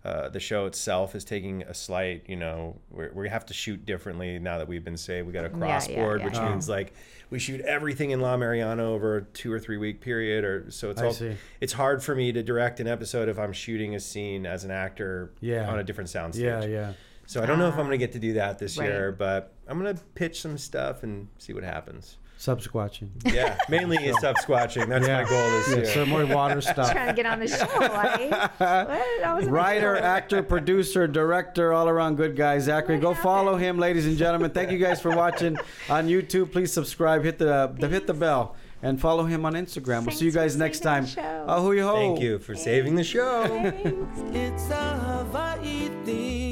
S2: uh, the show itself is taking a slight. You know, we're, we have to shoot differently now that we've been saved. We got a
S1: Yeah,
S2: crossboard,
S1: yeah, yeah.
S2: which means like we shoot everything in La Mariana over a two or three week period, or so it's
S3: I
S2: all.
S3: see.
S2: It's hard for me to direct an episode if I'm shooting a scene as an actor
S3: Yeah.
S2: on a different soundstage.
S3: Yeah, yeah.
S2: So I don't know if I'm gonna get to do that this
S1: Right.
S2: year, but I'm gonna pitch some stuff and see what happens.
S3: Subsquatching.
S2: Yeah, mainly it's sub squatching. That's my goal this year.
S3: Yeah, so more water stuff.
S1: Trying to get on the show, right? What? I was in the
S3: Writer,
S1: show.
S3: actor, producer, director, all around good guy, Zachary. Go follow him, ladies and gentlemen. Thank you guys for watching on YouTube. Please subscribe, hit the, the hit the bell, and follow him on Instagram. We'll see you
S1: Thanks for
S3: guys next
S1: saving
S3: time.
S1: the show.
S3: Ahui ho.
S2: Thank you for saving the show.
S1: Thanks.
S5: It's a Hawaii thing.